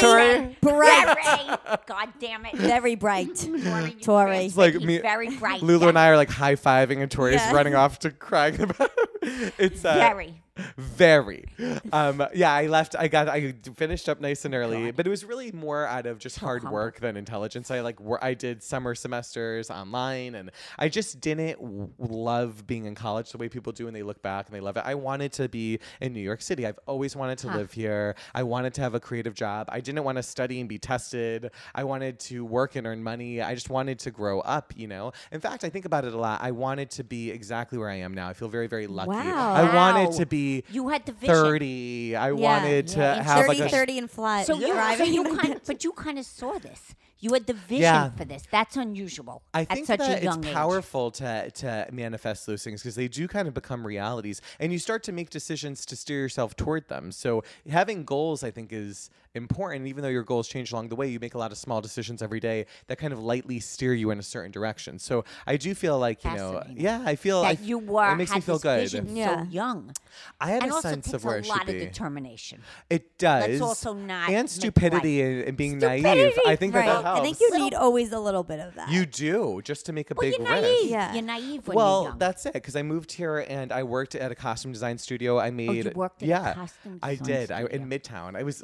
A: Tori?
C: very bright. God damn it.
B: Very bright.
C: Tori. you
B: Tori.
C: fancy,
B: It's
A: like
C: he's
A: me-
C: very bright.
A: Lulu and
C: Yeah.
A: I are like high fiving, and Tori's
B: Yeah.
A: running off to crying about. It. It's uh,
C: Very.
A: very. Um, yeah, I left. I got. I finished up nice and early, but it was really more out of just hard
C: humble.
A: work than intelligence. I like. Wor- I did summer semesters online, and I just didn't w- love being in college the way people do when they look back and they love it. I wanted to be in New York City. I've always wanted to live here. I wanted to have a creative job. I didn't want to study and be tested. I wanted to work and earn money. I just wanted to grow up. You know. In fact, I think about it a lot. I wanted to be exactly where I am now. I feel very, very lucky.
B: Wow.
A: I wanted
C: Wow.
A: to be
C: You had the vision.
A: 30. I wanted to
C: yeah.
A: have
B: 30,
A: like a
B: 30 and fly.
C: So you, so
B: driving.
C: you kind of, but you kind of saw this. You had the vision
A: Yeah.
C: for this. That's unusual
A: I
C: at
A: think
C: such
A: that
C: a young
A: it's
C: age.
A: powerful to to manifest those things because they do kind of become realities, and you start to make decisions to steer yourself toward them. So having goals, I think, is important. Even though your goals change along the way, you make a lot of small decisions every day that kind of lightly steer you in a certain direction. So I do feel like you know,
C: Fascinating.
A: yeah, I feel I
C: That
A: f-
C: you were
A: It makes
C: had
A: me feel
C: this
A: good.
C: vision
B: Yeah.
C: so young,
A: I have
C: and
A: a
C: also
A: sense
C: takes
A: of where
C: a
A: it
C: lot
A: should
C: of
A: be.
C: determination.
A: It does.
C: also not
A: and
C: make
A: stupidity
C: light.
A: and, and being naive.
C: Stupidity!
A: I think that, that
B: right.
A: helps.
B: I think you need always a little bit of that.
A: You do just to make a big
C: you're
A: risk.
C: naive.
B: Yeah.
C: You're naive when
A: well,
C: you're young.
A: that's it. Because I moved here and I worked at a costume design studio. I made.
C: Oh, worked at a
A: yeah,
C: costume
A: I
C: design
A: did. I,
C: studio.
A: in Midtown, I was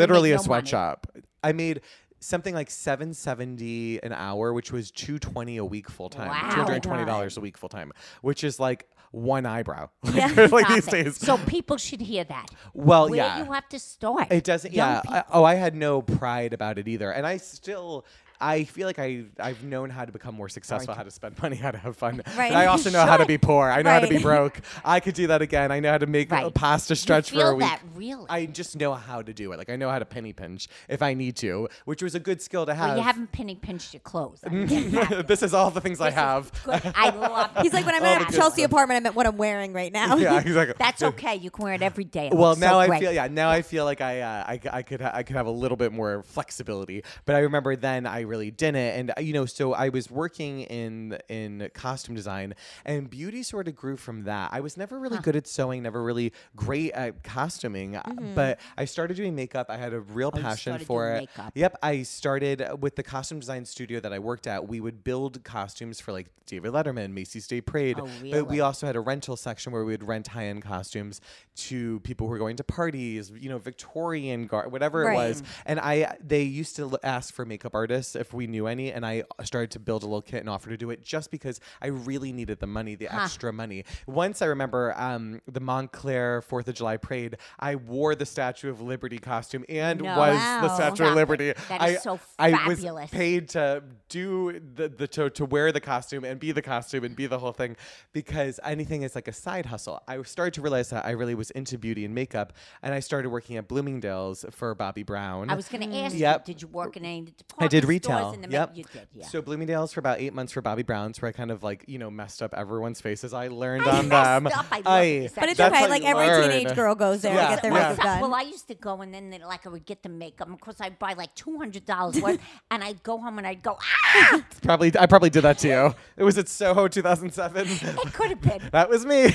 A: literally
C: made
A: a
C: no money.
A: sweatshop. I made something like seven seventy an hour, which was two twenty a week full time,
C: Wow.
A: two hundred twenty dollars a week full time, which is like one eyebrow. Yeah, like
C: Stop
A: these
C: it.
A: days.
C: So people should hear that.
A: well,
C: Where
A: yeah.
C: you have to start.
A: It doesn't.
C: Young
A: yeah.
C: people.
A: I, oh, I had no pride about it either, and I still. I feel like I I've known how to become more successful, how to spend money, how to have fun.
B: Right.
A: But I
B: You
A: also know how to
B: should.
A: be poor. I know how to be
B: Right.
A: broke. I could do that again. I know how to make a
C: Right.
A: pasta stretch
C: you
A: for
C: feel
A: a week.
C: that really.
A: I just know how to do it. Like I know how to penny pinch if I need to, which was a good skill to have.
C: well, you haven't penny pinched your clothes. I get that.
A: this is all the things I
C: This is
A: have.
C: good. I love it.
B: He's like, when I'm
A: All
B: at
A: the
B: a
A: good
B: Chelsea
A: stuff.
B: apartment, I'm at what I'm wearing right now.
A: yeah, exactly.
C: That's okay. You can wear it every day. It
A: Well,
C: looks so
A: now I
C: great.
A: feel yeah. Now I feel like I uh, I, I could ha- I could have a little bit more flexibility. But I remember then I really didn't, and uh, you know, so I was working in in costume design, and beauty sort of grew from that. I was never really good at sewing, never really great at costuming, uh, but I started doing makeup. I had a real
C: Mm-hmm. Oh, you
A: passion
C: started
A: for
C: doing
A: it.
C: makeup.
A: Yep, I started uh, with the costume design studio that I worked at. We would build costumes for like David Letterman, Macy's Day Parade,
C: Oh,
A: but we
C: really?
A: also also had a rental section where we would rent high-end costumes to people who were going to parties, you know, Victorian gar, whatever it
B: Right.
A: was. And I, they used to l- ask for makeup artists if we knew any, and I started to build a little kit and offer to do it just because I really needed the money, the extra money. Once I remember um, the Montclair Fourth of July Parade, I wore the Statue of Liberty costume and
C: No.
A: was the
B: Wow.
A: Statue
C: Stop
A: of
C: it.
A: Liberty.
C: That
A: I,
C: is so
A: I was
C: fabulous.
A: paid to do the, the to, to wear the costume and be the costume and be the whole thing because anything is like a side hustle. I started to realize that I really was into beauty and makeup, and I started working at Bloomingdale's for Bobby Brown.
C: I was going to ask
A: Mm. Yep.
C: you, did you work in any department?
A: I did
C: stores
A: tell.
C: in the ma-
A: yep.
C: you did, yeah.
A: So Bloomingdale's for about eight months for Bobby Brown's, where I kind of like you know messed up everyone's faces. I learned
C: I
A: on
C: messed
A: them.
C: up. I love it.
B: But it's
A: that's
B: okay.
A: how
B: Like
A: you
B: every
A: learn.
B: teenage girl goes there
A: Yeah.
B: to get their
A: Yeah.
B: makeup done.
C: Well, I used to go and then like I would get the makeup. Of course, I'd buy like two hundred dollars worth, and I'd go home and I'd go, ah!
A: Probably I probably did that to you. It was at Soho 2007.
C: It could have been.
A: That was me.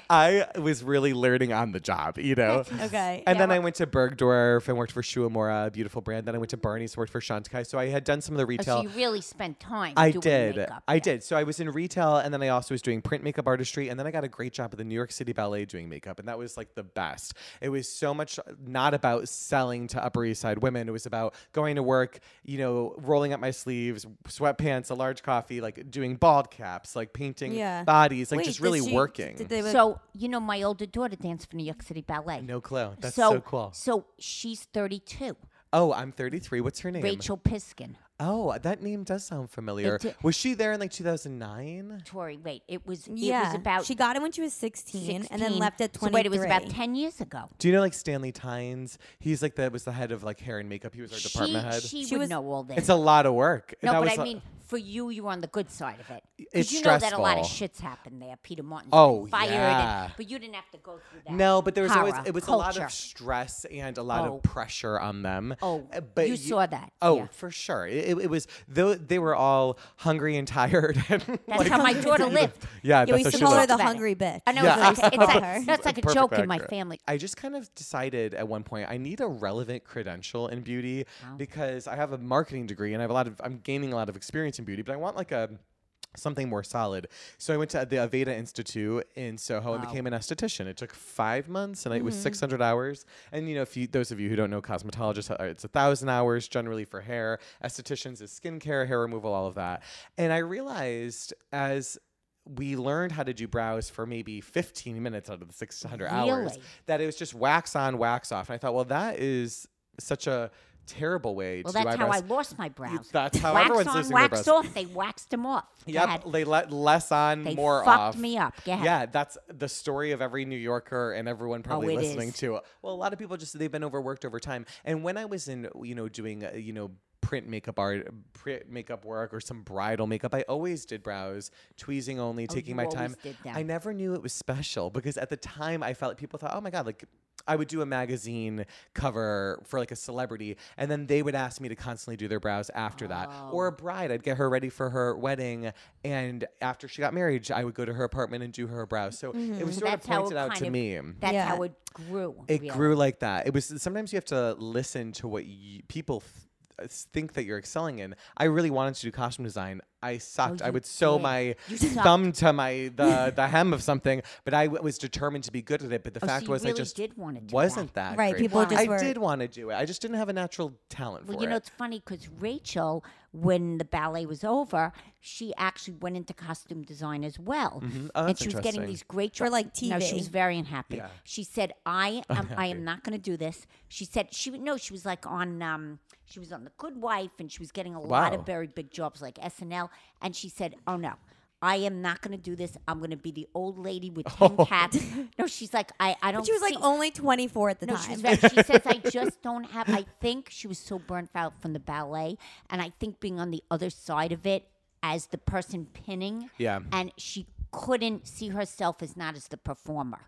A: I was really learning on the job, you know.
B: Okay,
A: And then
B: yeah.
A: I went to Bergdorf and worked for Shuamura, a beautiful brand. Then I went to Barney's, worked for Shantikai. So I had done some of the retail.
C: So you really spent time.
A: I
C: doing
A: did.
C: Makeup.
A: I
C: yeah.
A: did. So I was in retail and then I also was doing print makeup artistry and then I got a great job at the New York City Ballet doing makeup and that was like the best. It was so much not about selling to Upper East Side women. It was about going to work, you know, rolling up my sleeves, sweatpants, a large coffee, like doing bald caps, like painting
B: Yeah.
A: bodies, like
B: Wait,
A: just
B: did
A: really
B: she-
A: working.
B: Did they,
C: So you know, my older daughter danced for New York City Ballet.
A: no clue. That's
C: so,
A: so, cool.
C: So she's thirty-two.
A: Oh, I'm 33. What's her name?
C: Rachel Piskin.
A: Oh, that name does sound familiar.
C: did.
A: Was she there in like 2009?
C: Tori, wait. It was.
B: yeah,
C: It was about.
B: she got it when she was 16,
C: 16.
B: and then left at 23.
C: So wait, it was about ten years ago.
A: Do you know like Stanley Tynes? He's like the was the head of like hair and makeup. He was our department
C: she,
A: head.
C: She,
B: She
C: would
B: was-
C: know all this.
A: it's a lot of work.
C: no,
A: That
C: but
A: was
C: I
A: a-
C: mean, for you, you were on the good side of it. 'Cause
A: It's
C: you know that a lot of
A: stressful.
C: shits happened there. Peter Martin
A: Oh,
C: fired,
A: yeah.
C: and, but you didn't have to go through that.
A: no, but there was always
C: Horror,
A: it was a lot
C: culture.
A: of stress and a lot
C: Oh.
A: of pressure on them.
C: Oh,
A: Uh, but
C: you saw that,
A: Oh,
C: yeah.
A: for sure. It, it, it was though they were all hungry and tired. And
C: That's how my daughter lived.
A: Yeah,
B: yeah,
A: that's
B: we
A: how
B: used to
A: she
B: call her
A: looked.
B: the
C: Talk about it.
B: hungry bitch.
C: I know
A: Yeah.
C: it's like, it's like,
B: She's
C: that's like a
A: perfect
C: joke in my
A: accurate.
C: family.
A: I just kind of decided at one point I need a relevant credential in beauty because I have a marketing degree and I have a lot of I'm gaining a lot of experience in beauty, but I want like a something more solid. So I went to the Aveda Institute in Soho and became an esthetician. It took 5 months and it was 600 hours. And you know, if you those of you who don't know cosmetologists uh, it's 1000 hours generally for hair. Estheticians is skincare, hair removal, all of that. And I realized as we learned how to do brows for maybe 15 minutes out of the 600 hours
C: Really?
A: that it was just wax on wax off and i thought well that is such a terrible way
C: Well,
A: to do
C: that's how
A: eyebrows
C: I lost my brows.
A: that's how
C: wax
A: everyone's
C: on,
A: losing their
C: wax
A: brows.
C: off. They waxed them off. Go ahead.
A: yep they let less on
C: They
A: more
C: fucked
A: off
C: me up. Go ahead.
A: yeah that's the story of every new yorker and everyone probably
C: Oh, it
A: listening
C: is.
A: to well a lot of people just they've been overworked over time and when i was in you know doing uh, you know print makeup art print makeup work or some bridal makeup i always did brows tweezing only taking
C: Oh,
A: my
C: you always
A: time
C: did them.
A: i never knew it was special because at the time I felt like people thought, oh my God, like I would do a magazine cover for like a celebrity, and then they would ask me to constantly do their brows after that.
C: Oh.
A: Or a bride, I'd get her ready for her wedding, and after she got married, I would go to her apartment and do her brows. So it was sort
C: Mm-hmm. That's
A: of
C: how it
A: pointed out
C: kind
A: to
C: of-
A: me.
C: That's
B: Yeah.
C: how it grew.
A: It
C: really.
A: grew like that. It was sometimes you have to listen to what you, people th- uh, think that you're excelling in. I really wanted to do costume design. I sucked. I
C: Oh, you
A: would sew
C: did.
A: my
C: You sucked.
A: thumb to my the, the hem of something, but I w- was determined to be good at it. But the
C: Oh, so
A: fact
C: you
A: was, I
C: really
A: just
C: did wanna do that.
A: wasn't that,
B: Right,
A: great.
B: people just
A: I
B: were-
A: did want to do it. I just didn't have a natural talent
C: Well,
A: for
C: you know,
A: it.
C: it's funny because Rachel, when the ballet was over, she actually went into costume design as well,
A: Oh,
C: and
A: that's
C: she was getting
A: interesting.
C: these great
B: Or,
C: jobs.
B: like,
C: No, she
B: TV.
C: was very unhappy.
A: Yeah.
C: She said, "I am. I
A: Unhappy.
C: am not going to do this." She said, "She would no." She was like on. Um, she was on The Good Wife, and she was getting a lot
A: Wow.
C: of very big jobs like SNL. And she said, "Oh no." I am not going to do this. I'm going to be the old lady with ten
A: Oh.
C: cats. No, she's like I. I don't.
B: She was like
C: see-
B: only 24 at the
C: no,
B: time.
C: she, was very, she says, I just don't have, I think she was so burnt out from the ballet. And I think being on the other side of it as the person pinning.
A: Yeah.
C: And she couldn't see herself as not as the performer.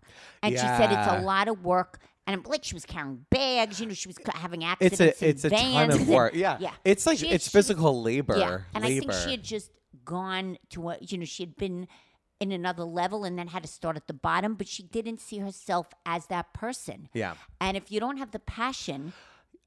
C: And she said, it's
A: Yeah.
C: a lot of work. And I'm like, she was carrying bags, you know, she was ca- having accidents.
A: It's a
C: in
A: it's a ton
C: vans.
A: of work. Yeah,
C: yeah.
A: It's like
C: She had-
A: it's
C: she was-
A: physical labor.
C: yeah. And
A: labor.
C: I think she had just gone to a, you know, she had been in another level and then had to start at the bottom, but she didn't see herself as that person.
A: Yeah.
C: And if you don't have the passion,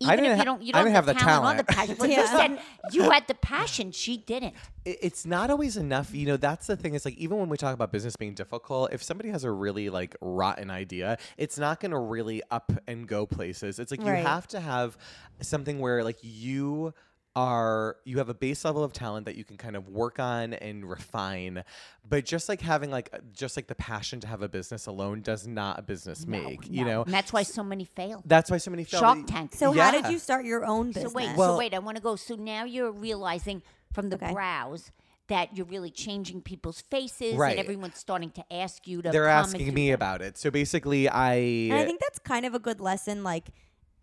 A: I
C: even
A: didn't
C: if
A: ha-
C: you don't, you
A: I
C: don't
A: didn't have
C: have, the
A: the
C: talent, or the passion.
A: talent.
C: But you
B: Yeah.
C: said you had the passion, she didn't.
A: it- it's not always enough you know that's the thing it's like even when we talk about business being difficult if somebody has a really like rotten idea it's not going to really up and go places it's like
B: Right.
A: you have to have something where like you are you have a base level of talent that you can kind of work on and refine but just like having like just like the passion to have a business alone does not a business make you know
C: Oh, and that's why so many fail.
A: that's why so many fail
C: Shark Tank.
B: so how did
A: Yeah.
B: you start your own
C: So
B: business?
C: wait, so
A: Well-
C: wait, I want to go. So now you're realizing from the
B: Okay.
C: brows that you're really changing people's faces,
A: Right.
C: and everyone's starting to ask you to.
A: they're
C: come
A: asking
C: and
A: me about it so basically i
B: And I think that's kind of a good lesson, like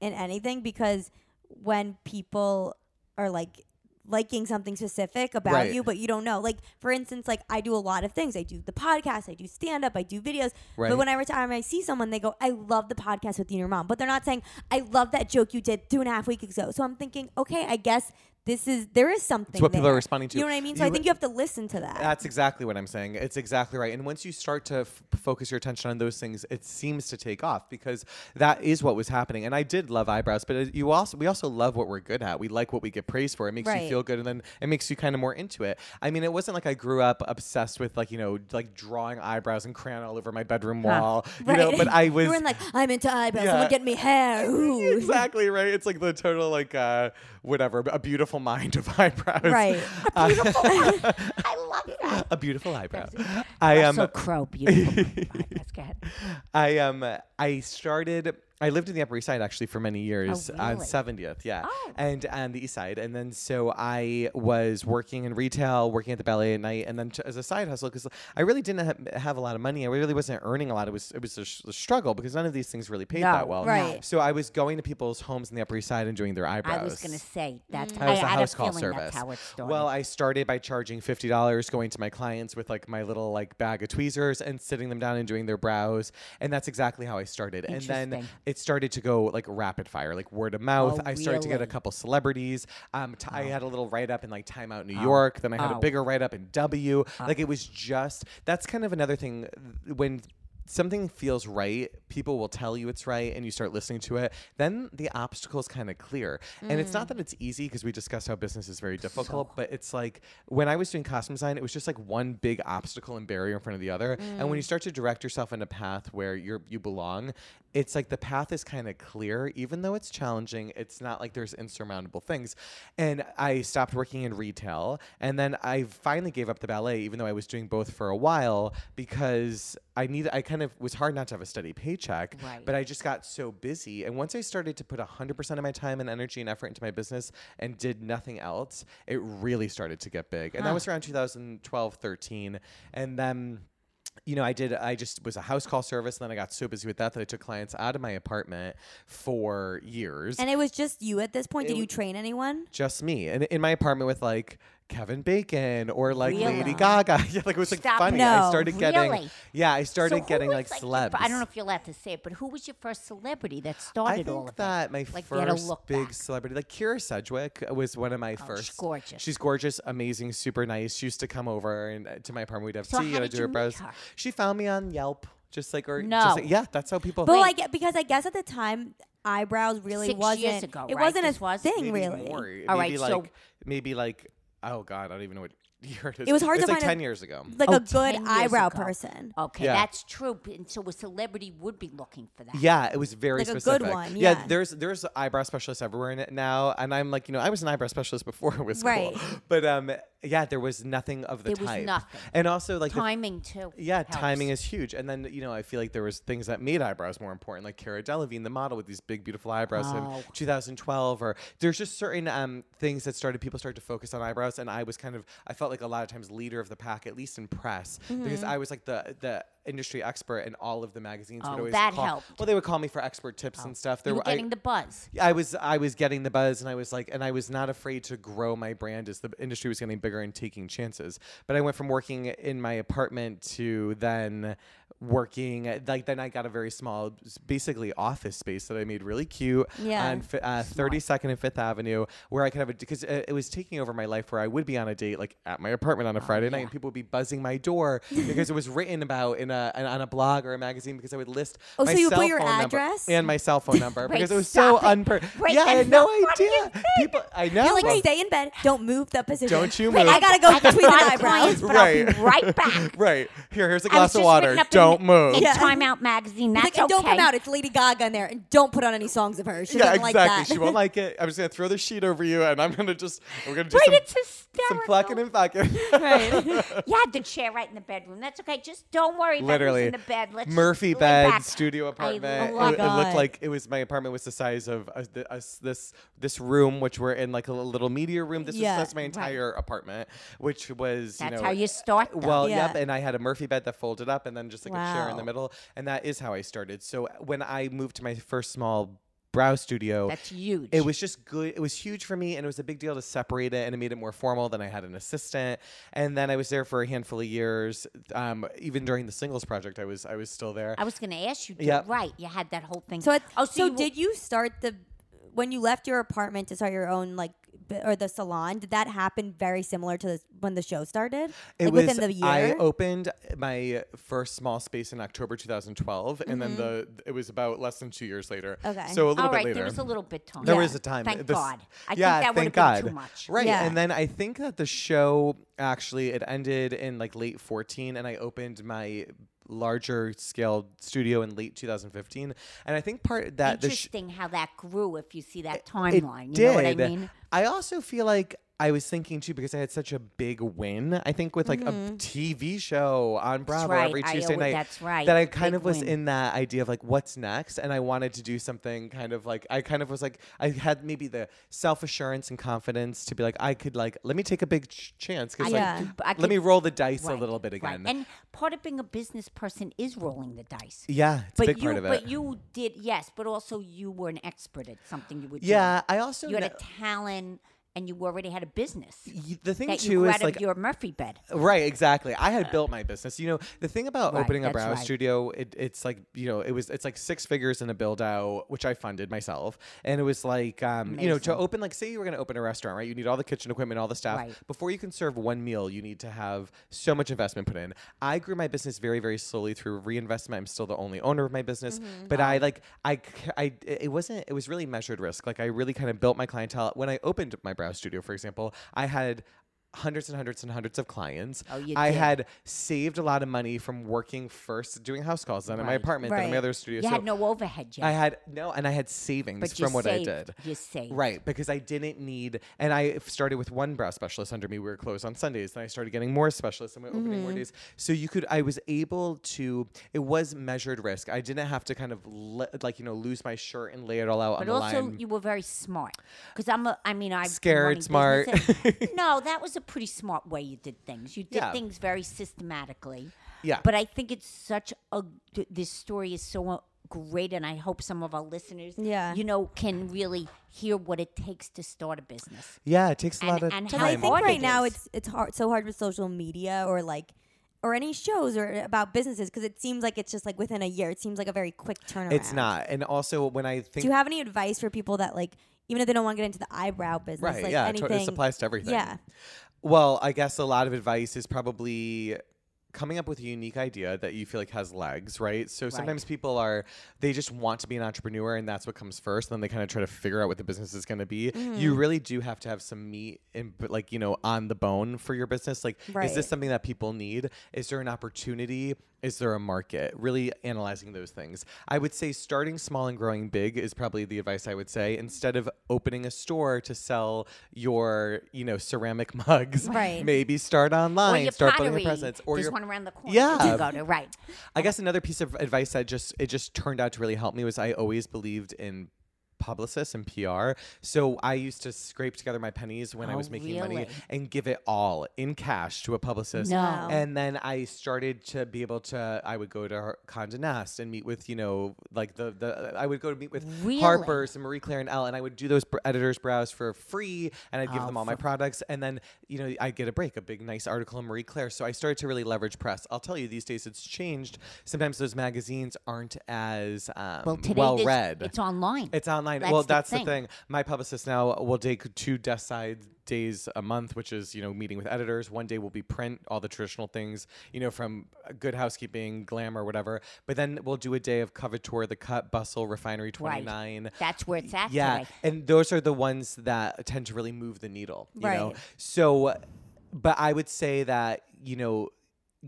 B: in anything, because when people or like liking something specific about
A: Right.
B: you, but you don't know. Like for instance, like I do a lot of things. I do the podcast, I do stand up, I do videos.
A: Right.
B: But whenever time I see someone, they go, "I love the podcast with you and your mom," but they're not saying, "I love that joke you did two and a half weeks ago." So I'm thinking, okay, I guess this is there is something.
A: what people
B: there.
A: are responding to.
B: You know what I mean? So I
A: You- Uh,
B: think you have to listen to that.
A: That's exactly what I'm saying. It's exactly right. And once you start to f- focus your attention on those things, it seems to take off because that is what was happening. And I did love eyebrows, but it- you also we also love what we're good at. We like what we get praised for. It makes you
B: Right.
A: feel good, and then it makes you kind of more into it. I mean, it wasn't like I grew up obsessed with like you know like drawing eyebrows and crayon all over my bedroom wall, you know. But I was
B: you were in like, I'm into eyebrows.
A: Yeah.
B: Someone get me hair. Ooh.
A: exactly right. It's like the total like uh whatever, a beautiful mind of eyebrows, Uh,
B: Right.
C: I love that.
A: a beautiful eyebrow. I um, am.
C: so crow beautiful. Let's go ahead.
A: I um I started I lived in the Upper East Side actually for many years on
C: Oh, really? Oh.
A: 70th, yeah. And on the East Side. And then so I was working in retail, working at the ballet at night and then t- as a side hustle cuz I really didn't ha- have a lot of money. I really wasn't earning a lot. It was it was a, sh- a struggle because none of these things really paid
C: No,
A: that well.
B: right.
A: So I was going to people's homes in the Upper East Side and doing their eyebrows.
C: I was gonna say that's.
A: I was a
C: I had
A: house
C: a
A: call
C: feeling
A: service.
C: That's how it started.
A: Well, I started by charging fifty dollars, going to my clients with like my little like bag of tweezers and sitting them down and doing their brows, and that's exactly how I started. And then
C: Interesting.
A: it started to go like rapid fire, like word of mouth.
C: Oh,
A: I started to get a
C: really?
A: couple celebrities. Um, t- I had a little write up in like Time Out New York. Then I had a
C: Oh.
A: bigger write up in W. Like it was just that's kind of another thing th- when. Something feels right, people will tell you it's right, and you start listening to it. Then the obstacles kind of clear. And it's not
C: Mm.
A: that it's easy because we discussed how business is very difficult, but it's like when I was doing costume design, it was just like one big obstacle and barrier in front of the other. And when
C: Mm.
A: you start to direct yourself in a path where you're you belong, it's like the path is kind of clear, even though it's challenging. It's not like there's insurmountable things. And I stopped working in retail, and then I finally gave up the ballet, even though I was doing both for a while because I needed. I kind of it was hard not to have a steady paycheck,
C: Right.
A: but I just got so busy. And once I started to put 100% of my time and energy and effort into my business and did nothing else, it really started to get big. And that was around 2012, 13, and then you know, I did. I just was a house call service, and then I got so busy with that that I took clients out of my apartment for years.
B: And it was just you at this point. Did
A: It
B: you train anyone?
A: just me, and in my apartment with like Kevin Bacon or like Lady
C: Really?
A: Gaga. yeah, like it was like
C: Stop
A: funny. I
B: No,
A: started getting.
C: really?
A: Yeah, I
C: So
A: started
C: who
A: getting
C: was,
A: like
C: your fir-
A: celebs.
C: I don't know if you're allowed to say it, but who was your first celebrity that
A: I
C: started
A: think
C: all of
A: that
C: it?
A: my
C: Like, you had to
A: first
C: look
A: big
C: back. Oh,
A: celebrity, like Kira Sedgwick, was one of my first.
C: she's gorgeous.
A: She's gorgeous, amazing, super nice. She used to come over and uh, to my apartment. We'd have
C: So
A: tea.
C: how
A: and I'd do
C: did you
A: her
C: meet
A: brows.
C: her?
A: She found me on Yelp, just like or just like-
C: No.
A: yeah, that's how people.
B: But I get because I guess at the time eyebrows really
C: Six years
B: wasn't.
C: ago,
B: it
C: right?
B: wasn't
C: This
B: a
C: was?
B: thing
A: maybe
B: really.
A: More.
C: All
A: maybe
C: right, so-
A: like maybe like oh god, I don't even know what year it is.
B: It was hard
A: it's
B: to
A: like
B: find a-
A: ten years ago.
B: Like
C: Oh,
B: a good
C: 10 years
B: eyebrow
C: ago. Oh.
B: person.
C: Okay,
A: Yeah.
C: that's true. b- And so a celebrity would be looking for that.
A: Yeah, it was very
B: Like a good
A: specific.
B: one, yeah.
A: there's there's eyebrow specialists everywhere in it now, and I'm like, you know, I was an eyebrow specialist before it was
B: Right.
A: cool, but um, yeah, there was nothing of the
C: There was
A: type.
C: nothing.
A: and also like the
C: Timing too.
A: Yeah, timing
C: helps.
A: is huge. And then you know, I feel like there was things that made eyebrows more important, like Cara Delevingne, the model with these big, beautiful eyebrows
C: Oh.
A: in 2012. Or there's just certain um, things that started people started to focus on eyebrows, and I was kind of I felt like a lot of times leader of the pack, at least in press,
C: Mm-hmm.
A: because I was like the the industry expert in all of the magazines. would
C: Oh,
A: always
C: that
A: call-
C: helped. Oh.
A: Well, they would call me for expert tips and stuff. There
C: You were
A: were I-
C: getting the buzz.
A: I was I was getting the buzz and I was like and I was not afraid to grow my brand as the industry was getting bigger and taking chances. But I went from working in my apartment to then working like then I got a very small basically office space that I made really cute
B: Yeah.
A: on fi- uh, 32nd and 5th Avenue where I could have a because uh, it was taking over my life where I would be on a date like at my apartment
B: Oh,
A: on a Friday night and people would be buzzing my door because it was written about in a an, on a blog or a magazine because I would list
B: Oh,
A: my
B: so you put
A: cell
B: your
A: phone number
B: address?
A: and my cell phone number
C: Wait,
A: because it was so
C: stop it.
A: unper.
C: Wait,
A: yeah, I
C: that's
A: had no
C: not funny.
A: idea. People, I know.
B: You're like stay in bed, don't move that position.
A: Don't you
B: Wait,
A: move.
B: I gotta go
C: I got
B: between
C: a
B: the
C: lot of
B: eyebrows.
C: clients, but I'll be
A: Right.
C: right back.
A: right here. Here's a
C: I was
A: glass of
C: just
A: water.
C: written up in-
A: Don't move.
C: In
B: Yeah.
C: Time Out magazine, that's
B: Like, and don't
C: okay.
B: come out. It's Lady Gaga in there, and don't put on any songs of hers. She
A: Yeah,
B: doesn't
A: exactly.
B: like that.
A: She won't like it. I'm just gonna throw the sheet over you, and I'm gonna just we're gonna do
C: Right,
A: some,
C: it's
A: some
C: hysterical.
A: plucking and fucking.
B: right.
C: You had the chair right in the bedroom. That's okay. Just don't worry about who's
A: Literally,
C: in the bed. Let's just
A: Murphy
C: lay
A: bed,
C: back.
A: studio apartment.
C: love
A: it, it looked
B: God.
A: like it was my apartment was the size of uh, the, us- this this room, which we're in like a little media room. This
B: Yeah,
A: was that's my entire apartment, which was you
C: That's
A: know,
C: how you start, though.
A: Well,
B: Yeah.
A: yep, and I had a Murphy bed that folded up, and then just like a chair in the
B: Wow.
A: middle, and that is how I started. So when I moved to my first small Brow Studio.
C: That's huge.
A: It was just good. It was huge for me, and it was a big deal to separate it, and it made it more formal. Then I had an assistant, and then I was there for a handful of years. Um, even during the singles project, I was I was still there.
C: I was going to ask you. did-
A: Yeah.
C: Right. You had that whole thing.
B: So, it's,
C: oh,
B: oh,
C: so,
B: so
C: you,
B: did you start the when you left your apartment to start your own like b- or the salon? Did that happen very similar to this, when the show started? like within the year.
A: I opened my first small space in October 2012, and then the it was about less than two years later.
B: Okay.
A: so a little
C: Mm-hmm. All
A: bit
C: right.
A: later.
C: There was a little bit time.
A: There
B: Yeah.
A: was a time.
C: Thank
A: this-
C: God.
A: yeah,
C: I think that would
A: thank
C: have
A: God.
C: been too much.
A: Right.
B: Yeah.
A: And then I think that the show actually it ended in like late 14 and I opened my larger scale studio in late 2015. And I think part that the sh-
C: Interesting how that grew. If you see that
A: it
C: timeline, you
A: did.
C: know what I mean.
A: I also feel like I was thinking too because I had such a big win. I think with like a TV show on Bravo
C: Mm-hmm. right.
A: every
C: I
A: Tuesday
C: alwa-
A: night.
C: that's right.
A: That I kind
C: Big
A: of was
C: win.
A: in that idea of like what's next, and I wanted to do something kind of like I kind of was like I had maybe the self assurance and confidence to be like I could like let me take a big ch- chance because like
B: Yeah.
C: I
A: let
C: could-
A: me roll the dice
C: Right,
A: a little bit
C: right.
A: again.
C: And part of being a business person is rolling the dice.
A: yeah, it's a
C: but
A: big
C: you,
A: part of it.
C: but you did yes, but also you were an expert at something you would.
A: yeah, I also
C: you had
A: kno-
C: a talent, and you already had a business
A: y- the thing
C: that you
A: too
C: grew
A: is
C: out
A: like
C: of your Murphy bed.
A: Right, exactly. I had built my business. You know, the thing about
C: Right,
A: opening a
C: that's
A: brow
C: right.
A: studio, it, it's like you know, it was it's like six figures in a build out, which I funded myself, and it was like um, you know, to open like say you were going to open a restaurant, right? You need all the kitchen equipment, all the staff.
C: Right.
A: Before you can serve one meal, you need to have so much investment put in. I grew my business very very slowly through reinvestment. I'm still the only owner of my business,
C: Mm-hmm.
A: but I like I c- I it wasn't it was really measured risk. Like I really kind of built my clientele. When I opened my brow studio, for example, I had hundreds and hundreds and hundreds of clients.
C: Oh, you
A: I
C: did.
A: had saved a lot of money from working first, doing house calls, then in my
C: Right.
A: apartment, then in my
B: Right.
A: other studio.
C: You
A: so
C: had no overhead yet,
A: I had no, and I had savings
C: but you
A: from what
C: saved,
A: I did.
C: You saved
A: Right, because I didn't need, and I f- started with one brow specialist under me. We were closed on Sundays, then I started getting more specialists, and we were opening
C: Mm-hmm.
A: more days. So you could, I was able to. It was measured risk. I didn't have to kind of le- like you know lose my shirt and lay it all out
C: But
A: on the
C: also,
A: line.
C: you were very smart because I'm. A, I mean, I
A: Scared, smart.
C: no, that was a pretty smart way you did things. You did
A: Yeah.
C: things very systematically.
A: Yeah.
C: But I think it's such a. th- This story is so uh, great, and I hope some of our listeners,
B: Yeah.
C: you know, can really hear what it takes to start a business.
A: yeah, it takes a
C: and-
A: lot of
C: and how
B: Because I
A: time.
B: think
C: hard
B: right
C: it
B: now
C: is.
B: it's it's hard so hard with social media or like or any shows or about businesses because it seems like it's just like within a year. It seems like a very quick turnaround.
A: It's not, and also when I think
B: Do you have any advice for people that like even if they don't want to get into the eyebrow business,
A: Right.
B: like
A: yeah. it to-
B: anything?
A: This applies to everything.
B: Yeah.
A: Well, I guess a lot of advice is probably coming up with a unique idea that you feel like has legs, right? So sometimes people are they just want to be an entrepreneur and that's what comes first, and then they kind of try to figure out what the business is going to be. You really do have to have some meat and like, you know, on the bone for your business. Like is
B: Right.
A: this something that people need? Is there an opportunity? Is there a market? Really analyzing those things. I would say starting small and growing big is probably the advice I would say. Instead of opening a store to sell your, you know, ceramic mugs,
B: Right.
A: maybe start online,
C: or your
A: start
C: pottery.
A: building your presence, or
C: There's
A: your
C: one around the corner.
A: Yeah.
C: that You go to right.
A: I guess another piece of advice that just it just turned out to really help me was I always believed in publicists and PR. So I used to scrape together my pennies when I
C: Oh,
A: was making money
C: really?
A: and give it all in cash to a publicist.
C: No.
B: Wow.
A: And then I started to be able to I would go to her- Condé Nast and meet with, you know, like the the I would go to meet with
C: Really?
A: Harper's and Marie Claire and Elle and I would do those br- editors brows for free and I'd give them all my products and then, you know, I'd get a break, a big nice article in Marie Claire. So I started to really leverage press. I'll tell you these days it's changed. Sometimes those magazines aren't as um, well,
C: Today, this-
A: read.
C: It's online.
A: It's online.
C: That's
A: well,
C: the
A: that's the
C: thing.
A: thing. My publicist now will take two desk side days a month, which is you know meeting with editors. One day will be print, all the traditional things, you know, from Good Housekeeping, Glamour, whatever. But then we'll do a day of Coveteur, The Cut, Bustle, Refinery Twenty Nine.
C: That's where it's at
A: Yeah,
C: today.
A: and those are the ones that tend to really move the needle. You know,
B: Right.
A: so, but I would say that you know.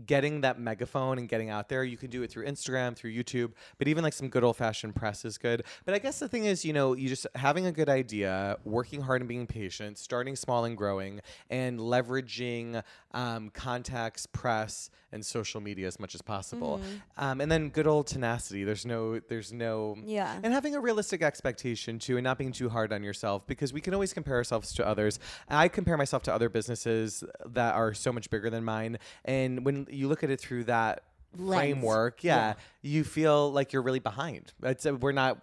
A: Getting that megaphone and getting out there, you can do it through Instagram, through YouTube, but even like some good old fashioned press is good. But I guess the thing is, you know, you just having a good idea, working hard and being patient, starting small and growing, and leveraging um, contacts, press, and social media as much as possible.
B: Mm-hmm.
A: Um, and then good old tenacity. There's no, there's no,
B: Yeah.
A: and having a realistic expectation too, and not being too hard on yourself because we can always compare ourselves to others. I compare myself to other businesses that are so much bigger than mine. And when you look at it through that
C: Lens.
A: framework, yeah, you feel like you're really behind. That's uh, we're not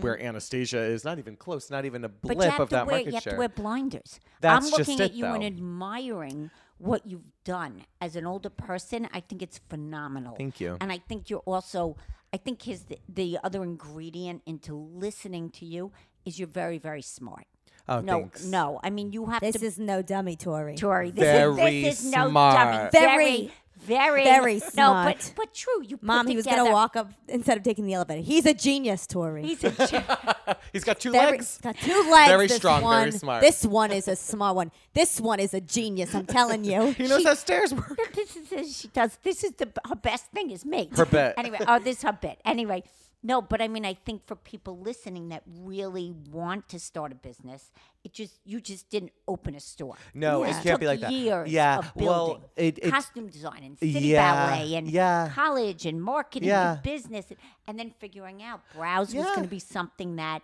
A: where Anastasia is, not even close, not even a
C: Mm-hmm. But
A: blip
C: you have
A: of
C: to
A: that
C: wear
A: market
C: you have
A: share.
C: to wear blinders.
A: That's
C: I'm
A: just
C: looking
A: it,
C: at you and
A: though.
C: admiring what you've done as an older person. I think it's phenomenal.
A: Thank you.
C: And I think you're also. I think his the, the other ingredient into listening to you is you're very very smart.
A: oh,
C: no,
A: thanks.
C: no. I mean, you have
B: This
C: to.
B: is no dummy, Tori.
C: Tori, this
A: Very
C: is, this is no dummy.
A: smart.
C: Very,
B: Very,
C: very,
B: very
C: No,
B: smart.
C: but but true. You put
B: Mom, he was gonna
C: together-
B: walk up instead of taking the elevator. He's a genius, Tori.
C: He's a ge-
A: He's got two
B: very,
A: legs.
B: got two legs.
A: Very
B: this
A: strong,
B: one,
A: very smart.
B: This one is a smart one. This one is a genius. I'm telling you.
A: He knows how stairs work.
C: this is this- she does this is the her best thing is me.
A: Her bit.
C: Anyway, oh this is her bit. Anyway, no, but I mean I think for people listening that really want to start a business, it just you just didn't open a store.
A: No,
C: It
A: it can't
C: took
A: be like that.
C: Years
A: Yeah,
C: of
A: well,
C: building
A: it- it-
C: costume design and city
A: Yeah,
C: ballet and
A: yeah.
C: college and marketing
A: Yeah.
C: and business and, and then figuring out browse was
A: Yeah.
C: going to be something that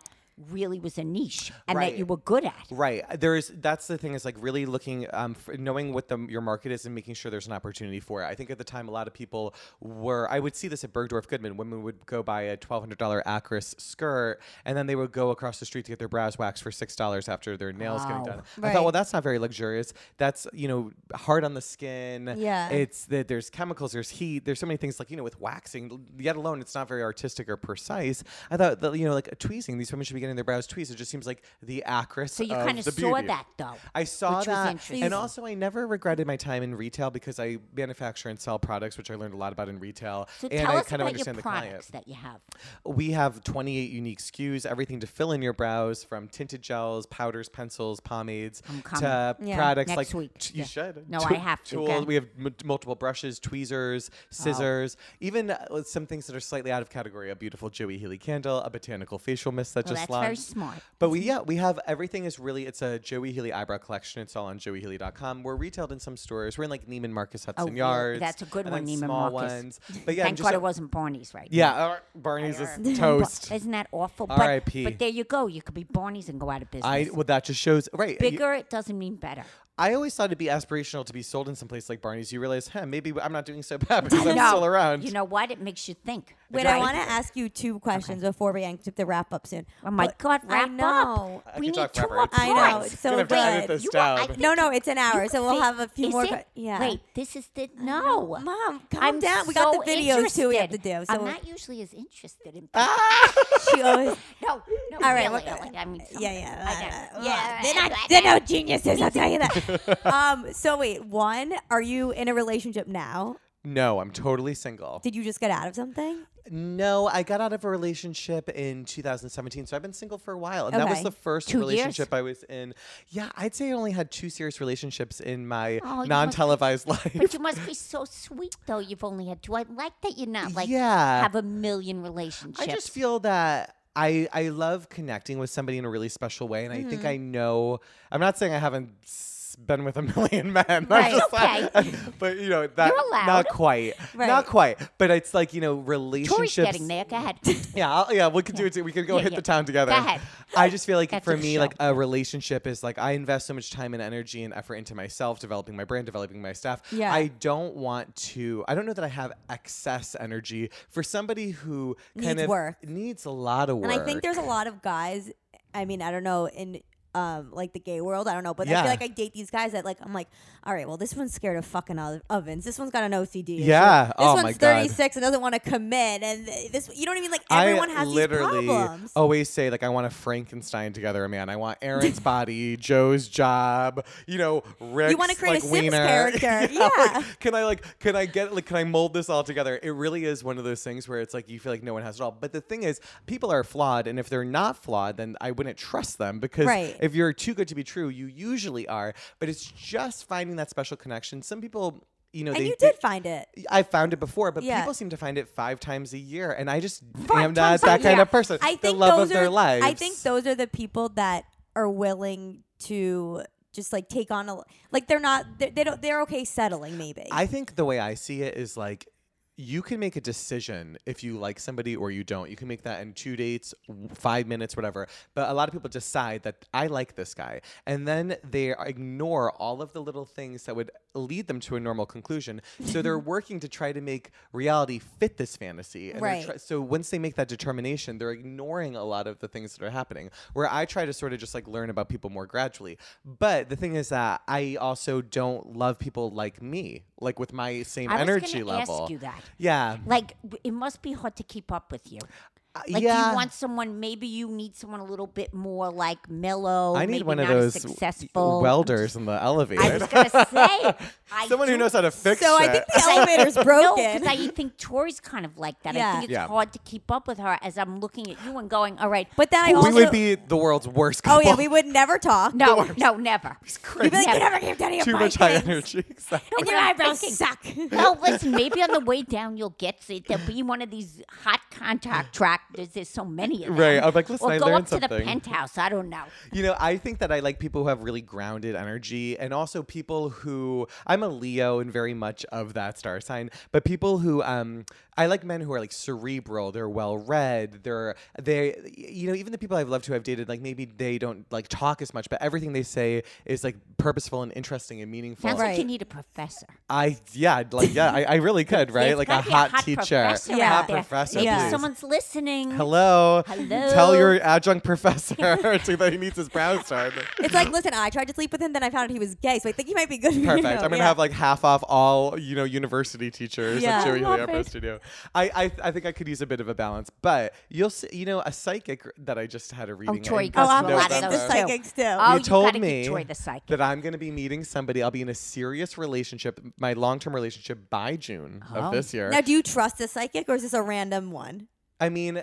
C: really was a niche and that you
A: Right.
C: were good at.
A: Right. Uh, There is. That's the thing. Is like really looking, um, f knowing what the your market is and making sure there's an opportunity for it. I think at the time a lot of people were. I would see this at Bergdorf Goodman. Women would go buy a twelve hundred dollar Acris skirt, and then they would go across the street to get their brows waxed for six dollars after their nails
C: Wow.
A: getting done. I
B: Right.
A: thought, well, that's not very luxurious. That's you know hard on the skin.
B: Yeah.
A: It's that there's chemicals, there's heat, there's so many things like you know with waxing. Yet alone, it's not very artistic or precise. I thought that you know like a tweezing. These women should be getting their brows tweezed. It just seems like the Acris
C: So you
A: of
C: kind of
A: the
C: saw
A: beauty.
C: that though.
A: I saw
C: which was
A: that,
C: interesting.
A: and also I never regretted my time in retail because I manufacture and sell products, which I learned a lot about in retail,
C: so
A: and
C: tell
A: I
C: us
A: kind of
C: about your
A: understand the client.
C: products that you have.
A: We have 28 unique SKUs, everything to fill in your brows, from tinted gels, powders, pencils, pomades, to
B: coming. Yeah.
A: products
C: Next
A: like
C: week.
A: t- you
C: Yeah.
A: should.
C: No,
A: Tool-
C: I have to, Oh.
A: tools.
C: okay.
A: We have m- multiple brushes, tweezers, scissors, even uh, some things that are slightly out of category. A beautiful Joey Healy candle, a botanical facial mist that
C: Well,
A: just
C: Oh, that's very
A: launched.
C: smart.
A: But we yeah, we have everything is really it's a Joey Healy eyebrow collection. It's all on joeyhealy.com. We're retailed in some stores. We're in like Neiman Marcus Hudson
C: really?
A: Yards.
C: Oh, That's a good
A: and
C: one,
A: then
C: Neiman
A: small
C: Marcus.
A: Ones. But yeah, I'm
C: Thank
A: just
C: God
A: a-
C: it wasn't Barney's right now.
A: yeah, uh, Barney's
C: Barney-
A: is toast.
C: Isn't that awful? But,
A: R.I.P..
C: But there you go. You could be Barney's and go out of business.
A: I well that just shows right. you-
C: Bigger, it doesn't mean better.
A: I always thought it'd be aspirational to be sold in some place like Barney's. You realize, huh, maybe I'm not doing so bad because I'm
C: No.
A: still around.
C: You know what? It makes you think.
B: Wait, I want to ask you two questions before we end the wrap up soon.
C: Oh my
B: But
C: God! Wrap
B: I know.
C: up.
A: I
C: we
A: could
C: need
A: talk
C: two
A: forever.
C: more
A: It's-
B: I know,
C: points.
B: it's
A: I'm
B: so
A: gonna have to edit
B: good.
A: this
C: You are- I
A: down.
C: think
B: No, no, it's an hour,
C: You
B: so we'll
C: could-
B: have a few
C: Is
B: more.
C: it?
B: que- yeah.
C: Wait, this is the no.
B: Mom, calm
C: I'm
B: down. We got
C: so
B: the videos too. We have to
C: interested.
B: do. So
C: I'm not usually as interested in. people.
B: she always.
C: No, no.
B: All right,
C: really,
B: we're-
C: Ellie, I mean,
B: Yeah, yeah,
C: I
B: uh,
C: know.
B: yeah. They're not, they're no geniuses. I'll tell you that. um. So wait, one, are you in a relationship now?
A: no, I'm totally single.
B: Did you just get out of something?
A: No, I got out of a relationship in 2017, so I've been single for a while, and that was
B: Okay.
A: the first
C: Two years?
A: relationship I was in. Yeah, I'd say I only had two serious relationships in my
C: Oh, you must-
A: non-televised
C: But
A: life.
C: you must be so sweet, though. You've only had two. I like that you're not like
A: Yeah.
C: have a million relationships.
A: I just feel that I I love connecting with somebody in a really special way, and I
C: Mm-hmm.
A: think I know. I'm not saying I haven't s- been with a million men, I'm
C: Right.
A: just saying-
C: Okay.
A: but you know that
C: You're allowed.
A: not quite,
B: Right.
A: not quite. But it's like you know
C: Tori's
A: relationships.
C: getting there. Go ahead.
A: Yeah, I'll, yeah, we could do it. Too. We could go
C: Yeah,
A: hit
C: yeah.
A: the town together.
C: Go ahead.
A: I just feel like
C: That's
A: for
C: your
A: me,
C: show.
A: like a relationship is like I invest so much time and energy and effort into myself, developing my brand, developing my staff.
B: Yeah.
A: I don't want to. I don't know that I have excess energy for somebody who kind
B: Needs
A: of
B: work.
A: needs a lot of work.
B: And I think there's a lot of guys. I mean, I don't know in um like the gay world. I don't know, but I
A: Yeah.
B: feel like I date these guys that like I'm like, all right, well, this one's scared of fucking ov- ovens. This one's got an OCD. issue.
A: Yeah.
B: This
A: Oh,
B: one's
A: my God.
B: 36 and doesn't want to commit. And th- this, you know what I mean? Like everyone
A: I
B: has
A: literally
B: these problems.
A: always say like I want a Frankenstein together a man. I want Aaron's body, Joe's job, you know, Rick's
B: wanna create
A: like,
B: a Sims
A: wiener.
B: character.
A: like,
B: Yeah.
A: can I like can I get like can I mold this all together? It really is one of those things where it's like you feel like no one has it all. But the thing is, people are flawed, and if they're not flawed, then I wouldn't trust them because
B: Right.
A: if you're too good to be true, you usually are. But it's just finding that special connection. Some people. You know,
B: and
A: they,
B: you
A: they-
B: did find it.
A: I found it before, but
B: Yeah.
A: people seem to find it five times a year, and I just
C: Five
A: am not
C: times a
A: that kind
C: year.
A: of person.
B: I think
A: the love
B: those
A: of their
B: are,
A: lives.
B: I think those are the people that are willing to just like take on a like they're not they're, they don't they're okay settling maybe.
A: I think the way I see it is like. you can make a decision if you like somebody or you don't. You can make that in two dates, w- five minutes, whatever. But a lot of people decide that I like this guy. And then they ignore all of the little things that would lead them to a normal conclusion. So they're working to try to make reality fit this fantasy. And they're
B: Right.
A: try- so once they make that determination, they're ignoring a lot of the things that are happening. Where I try to sort of just like learn about people more gradually. But the thing is that I also don't love people like me, like with my same
C: I was
A: energy
C: gonna
A: level.
C: Ask you that.
A: Yeah.
C: Like w- it must be hard to keep up with you.
A: Uh,
C: Like
A: yeah.
C: do you want someone? Maybe you need someone a little bit more like mellow.
A: I need
C: maybe
A: one of
C: not as
A: those w-
C: successful
A: welders in the elevator.
C: I was gonna say I
A: Someone who
C: do-
A: knows how to fix
B: So I
A: shit.
B: think the elevator's
C: No,
B: broken.
C: because I think Tori's kind of like that. I
B: Yeah.
C: think it's
A: Yeah.
C: hard to keep up with her as I'm looking at you and going, all right.
B: but then I
C: who-
A: we
B: also
A: would be the world's worst
B: oh
A: couple.
B: yeah, we would never talk.
C: no, no, never.
B: You'd be like, you
C: Never.
B: never gave any of
A: too
B: my
A: much high
B: things.
A: energy. Exactly.
B: And your
C: I'm
B: eyebrows
C: thinking-
B: suck.
C: Well, listen, maybe on the way down you'll get it. There'll be one of these hot contact tractors. There's so many of them.
A: Right, I'm like, listen,
C: Or
A: I
C: go
A: learned
C: up to the
A: something.
C: penthouse. I don't know.
A: You know, I think that I like people who have really grounded energy and also people who I'm a Leo and very much of that star sign, but people who um I like men who are like cerebral, they're well read, they're they you know, even the people I've loved who I've dated, like maybe they don't like talk as much, but everything they say is like purposeful and interesting and meaningful.
C: Sounds like you
B: Right.
C: need a professor.
A: I yeah, I'd like yeah, I, I really could, right?
C: There's
A: like a
C: gotta be
A: hot,
C: hot
A: teacher.
C: Professor
B: Yeah.
C: out
A: Hot
C: there.
A: professor,
C: Maybe
A: please.
C: someone's listening.
A: Hello.
C: Hello.
A: Tell your adjunct professor to, that he needs his brown star.
B: It's like, listen, I tried to sleep with him, then I found out he was gay, so I think he might be good. For
A: Perfect.
B: You.
A: I'm gonna
B: Yeah.
A: have like half off all you know university teachers
B: Yeah.
A: at Joey
C: Love
A: Haley Opera
C: it.
A: Studio. I, I I think I could use a bit of a balance, but you'll see. You know, a psychic that I just had a reading.
C: Tori
A: and
C: goes
B: Oh,
A: got
B: I'm
A: to know
C: No,
B: glad
C: that's
B: into
A: about
B: the
C: not
A: her.
C: psychic.
B: psychics too.
C: Oh,
A: you
C: you
A: told
C: gotta get
A: me
C: Tori the psychic.
A: that I'm going to be meeting somebody. I'll be in a serious relationship, my long-term relationship, by June
C: Oh.
A: of this year.
B: Now, do you trust a psychic, or is this a random one?
A: I mean,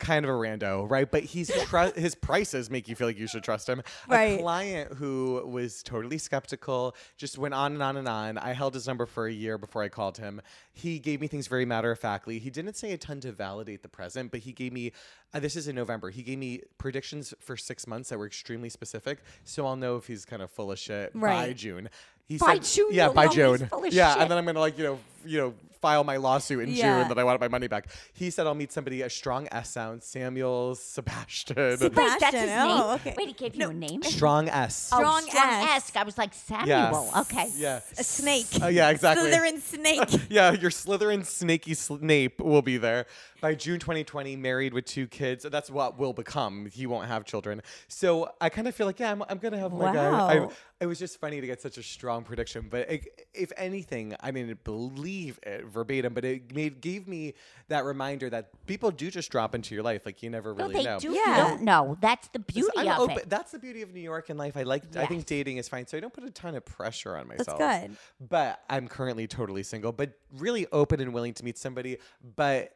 A: kind of a rando, right? But he's tru- his prices make you feel like you should trust him.
B: Right.
A: A client who was totally skeptical just went on and on and on. I held his number for a year before I called him. He gave me things very matter of factly. He didn't say a ton to validate the present, but he gave me uh, this is in November. He gave me predictions for six months that were extremely specific, so I'll know if he's kind of full of shit by
B: Right.
A: June. He
C: By
A: said-
C: June,
A: yeah,
C: you'll
A: by
C: know he's
A: June,
C: full of
A: yeah,
C: shit.
A: and then I'm gonna like you know, f- you know, file my lawsuit in
B: Yeah.
A: June that I wanted my money back. He said I'll meet somebody a strong S sound, Samuel Sebastian.
B: Seb-
C: Wait, that's his
B: Sebastian.
C: name.
B: Oh, okay.
C: Wait, it gave you a name.
A: strong S.
C: Oh,
B: Strong S.
C: S. I was like Samuel. Okay.
A: Yeah.
B: A snake.
A: Uh, yeah, exactly.
B: Slytherin snake.
A: Yeah, your Slytherin snaky Snape will be there by June 2020, married with two kids. That's what will become. He won't have children. So I kind of feel like, yeah, I'm, I'm gonna have my guy. I,
B: Wow.
A: it was just funny to get such a strong prediction, but it, if anything, I didn't believe it verbatim, but it made gave me that reminder that people do just drop into your life, like you never
C: No,
A: really
C: they
A: know.
C: do.
B: Yeah.
C: You don't know. That's the beauty
A: I'm
C: of
A: open-
C: it.
A: That's the beauty of New York and life. I like. I think
C: Yes.
A: dating is fine, so I don't put a ton of pressure on
B: That's
A: myself.
B: good.
A: But I'm currently totally single, but really open and willing to meet somebody. But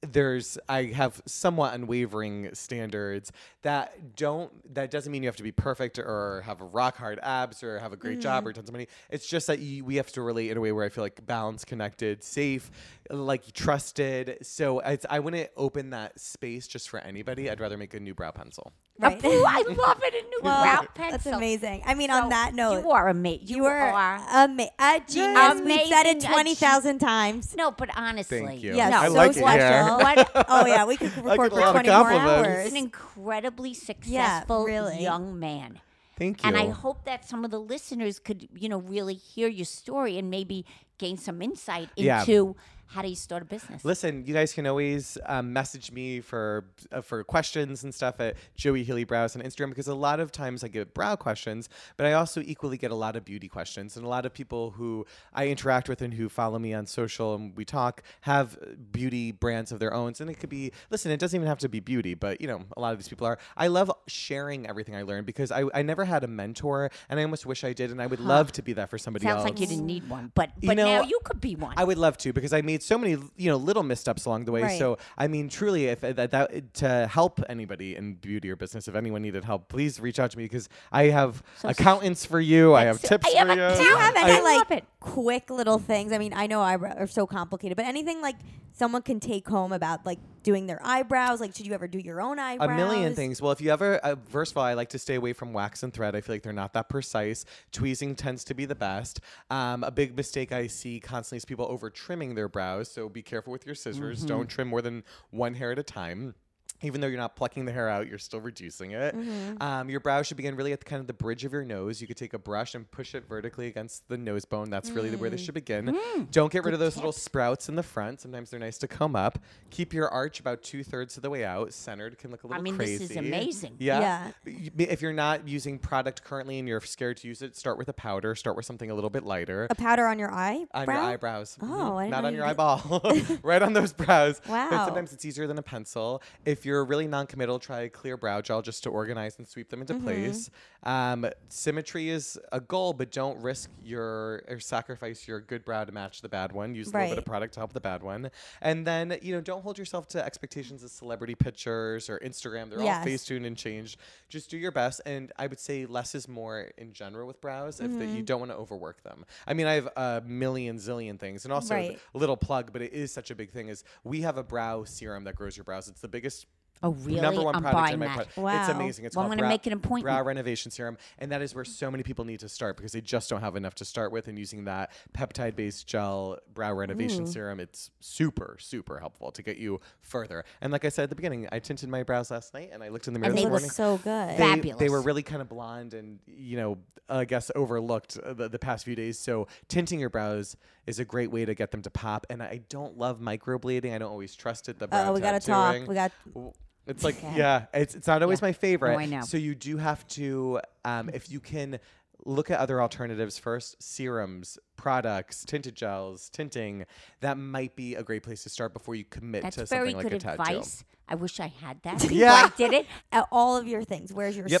A: there's I have somewhat unwavering standards that don't that doesn't mean you have to be perfect or have rock hard abs or have a great job or tons of money. It's just that you, we have to relate in a way where I feel like balanced, connected, safe, like trusted. So it's, I wouldn't open that space just for anybody. I'd rather make a new brow pencil.
B: Right.
C: Ooh, I love it. A new
B: Well,
C: brow
B: That's
C: pencil.
B: amazing. I mean,
C: So
B: on that note,
C: you are amazing. You,
B: you are
C: are.
B: ama- a genius. We said
C: Amazing, a
B: it twenty thousand times.
C: no, but honestly,
A: Thank you.
B: Yes,
C: No,
A: I
B: so
A: like
B: special.
A: it here.
C: What-
B: oh yeah, we could
A: I get
B: record
A: a
B: for
A: lot of
B: twenty more
A: compliments.
B: hours.
C: an incredibly successful
B: really.
C: young man.
A: Thank you.
C: And I hope that some of the listeners could, you know, really hear your story and maybe gain some insight
A: Yeah.
C: into how do you start a business.
A: Listen, you guys can always um, message me for uh, for questions and stuff at Joey Healy Brows on Instagram because a lot of times I get brow questions, but I also equally get a lot of beauty questions and a lot of people who I interact with and who follow me on social and we talk have uh, beauty brands of their own. And it could be listen, it doesn't even have to be beauty, but you know, a lot of these people are. I love sharing everything I learned because I, I never had a mentor and I almost wish I did, and I would love to be that for somebody
C: Sounds
A: else.
C: like you didn't need one, but but
A: You know,
C: now you could be one.
A: I would love to because I made so many, you know, little missteps along the way.
B: Right.
A: So I mean, truly, if uh, that, that to help anybody in beauty or business, if anyone needed help, please reach out to me because I have accountants for you. I have
C: That's-
A: tips
C: I have
A: for
C: a-
A: you.
B: Do you have any
C: I
B: like
C: love it.
B: quick little things? I mean, I know I are so complicated, but anything like someone can take home about like doing their eyebrows. Like, should you ever do your own eyebrows?
A: a million things. Well, if you ever, uh, first of all, I like to stay away from wax and thread. I feel like they're not that precise. Tweezing tends to be the best. Um, a big mistake I see constantly is people over trimming their brows. So be careful with your scissors. Don't trim more than one hair at a time. Even though you're not plucking the hair out, you're still reducing it. Um, your brow should begin really at the kind of the bridge of your nose. You could take a brush and push it vertically against the nose bone. That's really where they should begin. Don't get rid of those little sprouts in the front. Sometimes they're nice to comb up. Keep your arch about two thirds of the way out. Centered can look a
C: I
A: little
C: mean, this
A: crazy.
C: is amazing.
A: Yeah.
B: Yeah.
A: Y- b- If you're not using product currently and you're scared to use it, start with a powder. Start with something a little bit lighter.
B: A powder on your eye?
A: on your eyebrows. Mhm.
B: Oh, I didn't
A: not
B: know
A: on
B: you
A: your
B: did-
A: eyeball. right on those brows. But
B: Wow.
A: sometimes it's easier than a pencil. If you're really non-committal, try a clear brow gel just to organize and sweep them into
B: Mm-hmm.
A: place. Um, symmetry is a goal, but don't risk your or sacrifice your good brow to match the bad one. Use a little bit of
B: Right.
A: product to help the bad one. And then, you know, don't hold yourself to expectations of celebrity pictures or Instagram. They're all
B: Yes.
A: face tuned and changed. Just do your best. And I would say less is more in general with brows if that you don't want to overwork them. I mean, I have a million zillion things. And also,
B: Right.
A: a little plug, but it is such a big thing is we have a brow serum that grows your brows. It's the biggest
C: Oh, really?
A: number one
C: I'm
A: product in
C: buying
A: my
C: that.
A: product. It's
B: Wow.
A: amazing. It's
C: Well, I'm
A: called
C: gonna
A: brow,
C: make an appointment.
A: brow renovation serum, and that is where so many people need to start because they just don't have enough to start with. And using that peptide-based gel brow renovation
C: Mm.
A: serum, it's super, super helpful to get you further. And like I said at the beginning, I tinted my brows last night, and I looked in the mirror
C: And
A: this
B: They
C: they
B: look
A: morning.
B: so good.
A: They- They
C: Fabulous.
A: were really kind of blonde and, you know, I guess overlooked uh, the, the past few days. So tinting your brows is a great way to get them to pop. And I don't love microbleeding. I don't always trust it. The brow
B: Uh-oh, Oh, we gotta talk.
A: tattooing.
B: We got-
A: W- It's like, yeah, it's, it's not always
C: Yeah.
A: my favorite.
C: No, I know.
A: So you do have to, um, if you can look at other alternatives first, serums, products, tinted gels, tinting, that might be a great place to start before you commit
C: That's
A: to
C: very
A: something
C: good
A: like a tattoo.
C: advice. I wish I had that before
A: Yeah.
C: I did it.
B: Uh, all of your things. Where's your
A: Yep.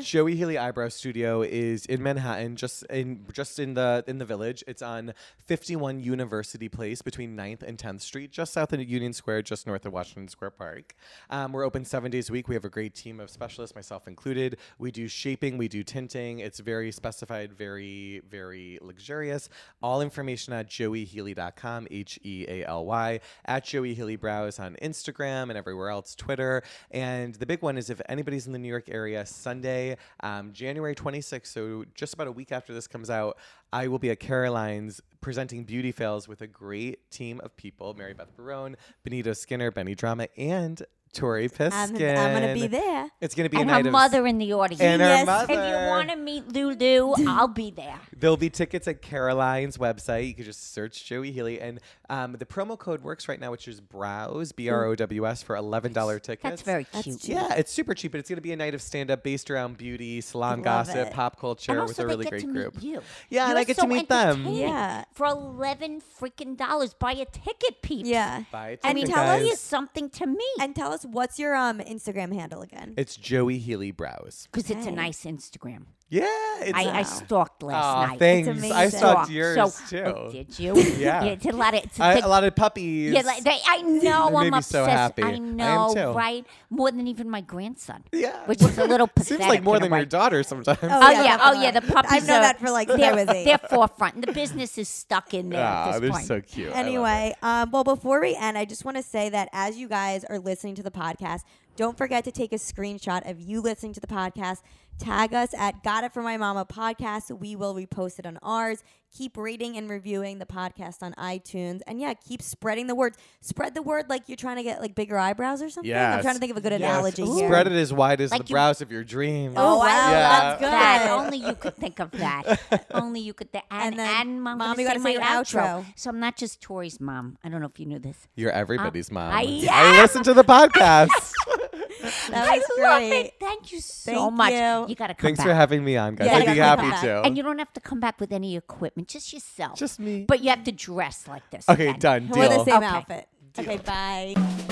A: So Joey Healy Eyebrow Studio is in Manhattan, just in just in the in the village. It's on 51 University Place between 9th and 10th Street, just south of Union Square, just north of Washington Square Park. Um, we're open seven days a week. We have a great team of specialists, myself included. We do shaping, we do tinting. It's very specified, very very luxurious. All information at joeyhealy.com, H E A L Y, at Joey Healy Brows on Instagram and everywhere else, Twitter. And the big one is if anybody's in the New York area, Sunday, um, January 26th, so just about a week after this comes out, I will be at Caroline's presenting Beauty Fails with a great team of people Mary Beth Barone, Benito Skinner, Benny Drama, and Tori Piskin.
B: I'm, I'm gonna be there.
A: It's going to be
C: And
A: a night
C: her
A: of-
C: mother in the audience.
A: and her
B: Yes.
A: mother.
C: If you want to meet Lulu, I'll be there.
A: There'll be tickets at Caroline's website. You could just search Joey Healy, and um, the promo code works right now, which is Brows B R O W S for eleven dollar tickets.
C: That's very cute.
A: Yeah, it's super cheap, but it's going to be a night of stand up based around beauty, salon
B: Love
A: gossip,
B: it.
A: pop
C: And
A: culture
C: also
A: with a
C: they
A: really
C: get
A: great
C: to meet
A: group.
C: you.
A: Yeah, and
C: You're
A: I get
C: so
A: to meet them.
C: entertaining.
B: Yeah.
C: For eleven freaking dollars, buy a ticket, peeps.
B: Yeah.
A: Bye,
C: And
A: ticket,
C: tell
A: guys.
C: us something to me
B: And tell us what's your um Instagram handle again.
A: It's Joey Healy Brows.
C: because it's a
B: Okay.
C: nice Instagram.
A: Yeah, it's
C: I, I stalked last
A: Aw,
C: night.
A: thanks.
B: It's
A: I
B: amazing.
A: stalked
C: So-
A: yours too.
C: Oh, did you?
A: Yeah.
C: It's a lot of. It's a
A: I-
C: big-
A: a lot of puppies.
C: yeah, like, they, I know
A: It made
C: I'm
A: me so
C: obsessed.
A: happy. I
C: I
A: am
C: know,
A: too.
C: right? More than even my grandson.
B: Oh,
A: Yeah.
C: Which is a little pathetic.
A: Seems like more
C: in a
A: than
C: way.
A: your daughter sometimes.
C: Oh, yeah. Oh, yeah. The puppies
B: I've known
C: are-
B: that for like since I was
C: They're,
B: eight.
C: they're forefront, and the business is stuck in there
A: Ah,
C: at
A: they're
C: this point.
A: so cute. I love it.
B: Anyway, um, well, before we end, I just want to say that as you guys are listening to the podcast, don't forget to take a screenshot of you listening to the podcast. Tag us at Got It From My Mama podcast. We will repost it on ours. Keep rating and reviewing the podcast on iTunes. And yeah, keep spreading the word. Spread the word like you're trying to get like bigger eyebrows or something. I'm
A: Yes.
B: trying to think of a good
A: Yes.
B: analogy here.
A: Spread it as wide as
C: Like
A: the
C: you-
A: brows of your dreams.
B: Oh, wow.
C: I
A: Yeah.
B: That's good.
C: That only you could think of that. only you could. Th- and,
B: And then,
C: and mom,
B: Mom,
C: gonna
B: you gotta say
C: my
B: your
C: outro.
B: outro.
C: So I'm not just Tori's mom. I don't know if you knew this.
A: You're everybody's mom.
C: Uh, I
A: I
C: am.
A: listen to the podcast.
B: That
C: I
B: was
C: love
B: great.
C: it. Thank you so
B: Thank
C: much.
B: you.
C: got to come
A: Thanks
C: back.
A: for having me on, guys.
B: Yeah,
A: I'd
B: yeah,
A: be
B: come
A: happy
B: back.
A: to.
C: And you don't have to come back with any equipment, just yourself.
A: Just me.
C: But you have to dress like this.
A: okay,
C: again.
A: done.
B: We're
A: Deal.
B: the same
C: Okay.
B: outfit. Okay, bye.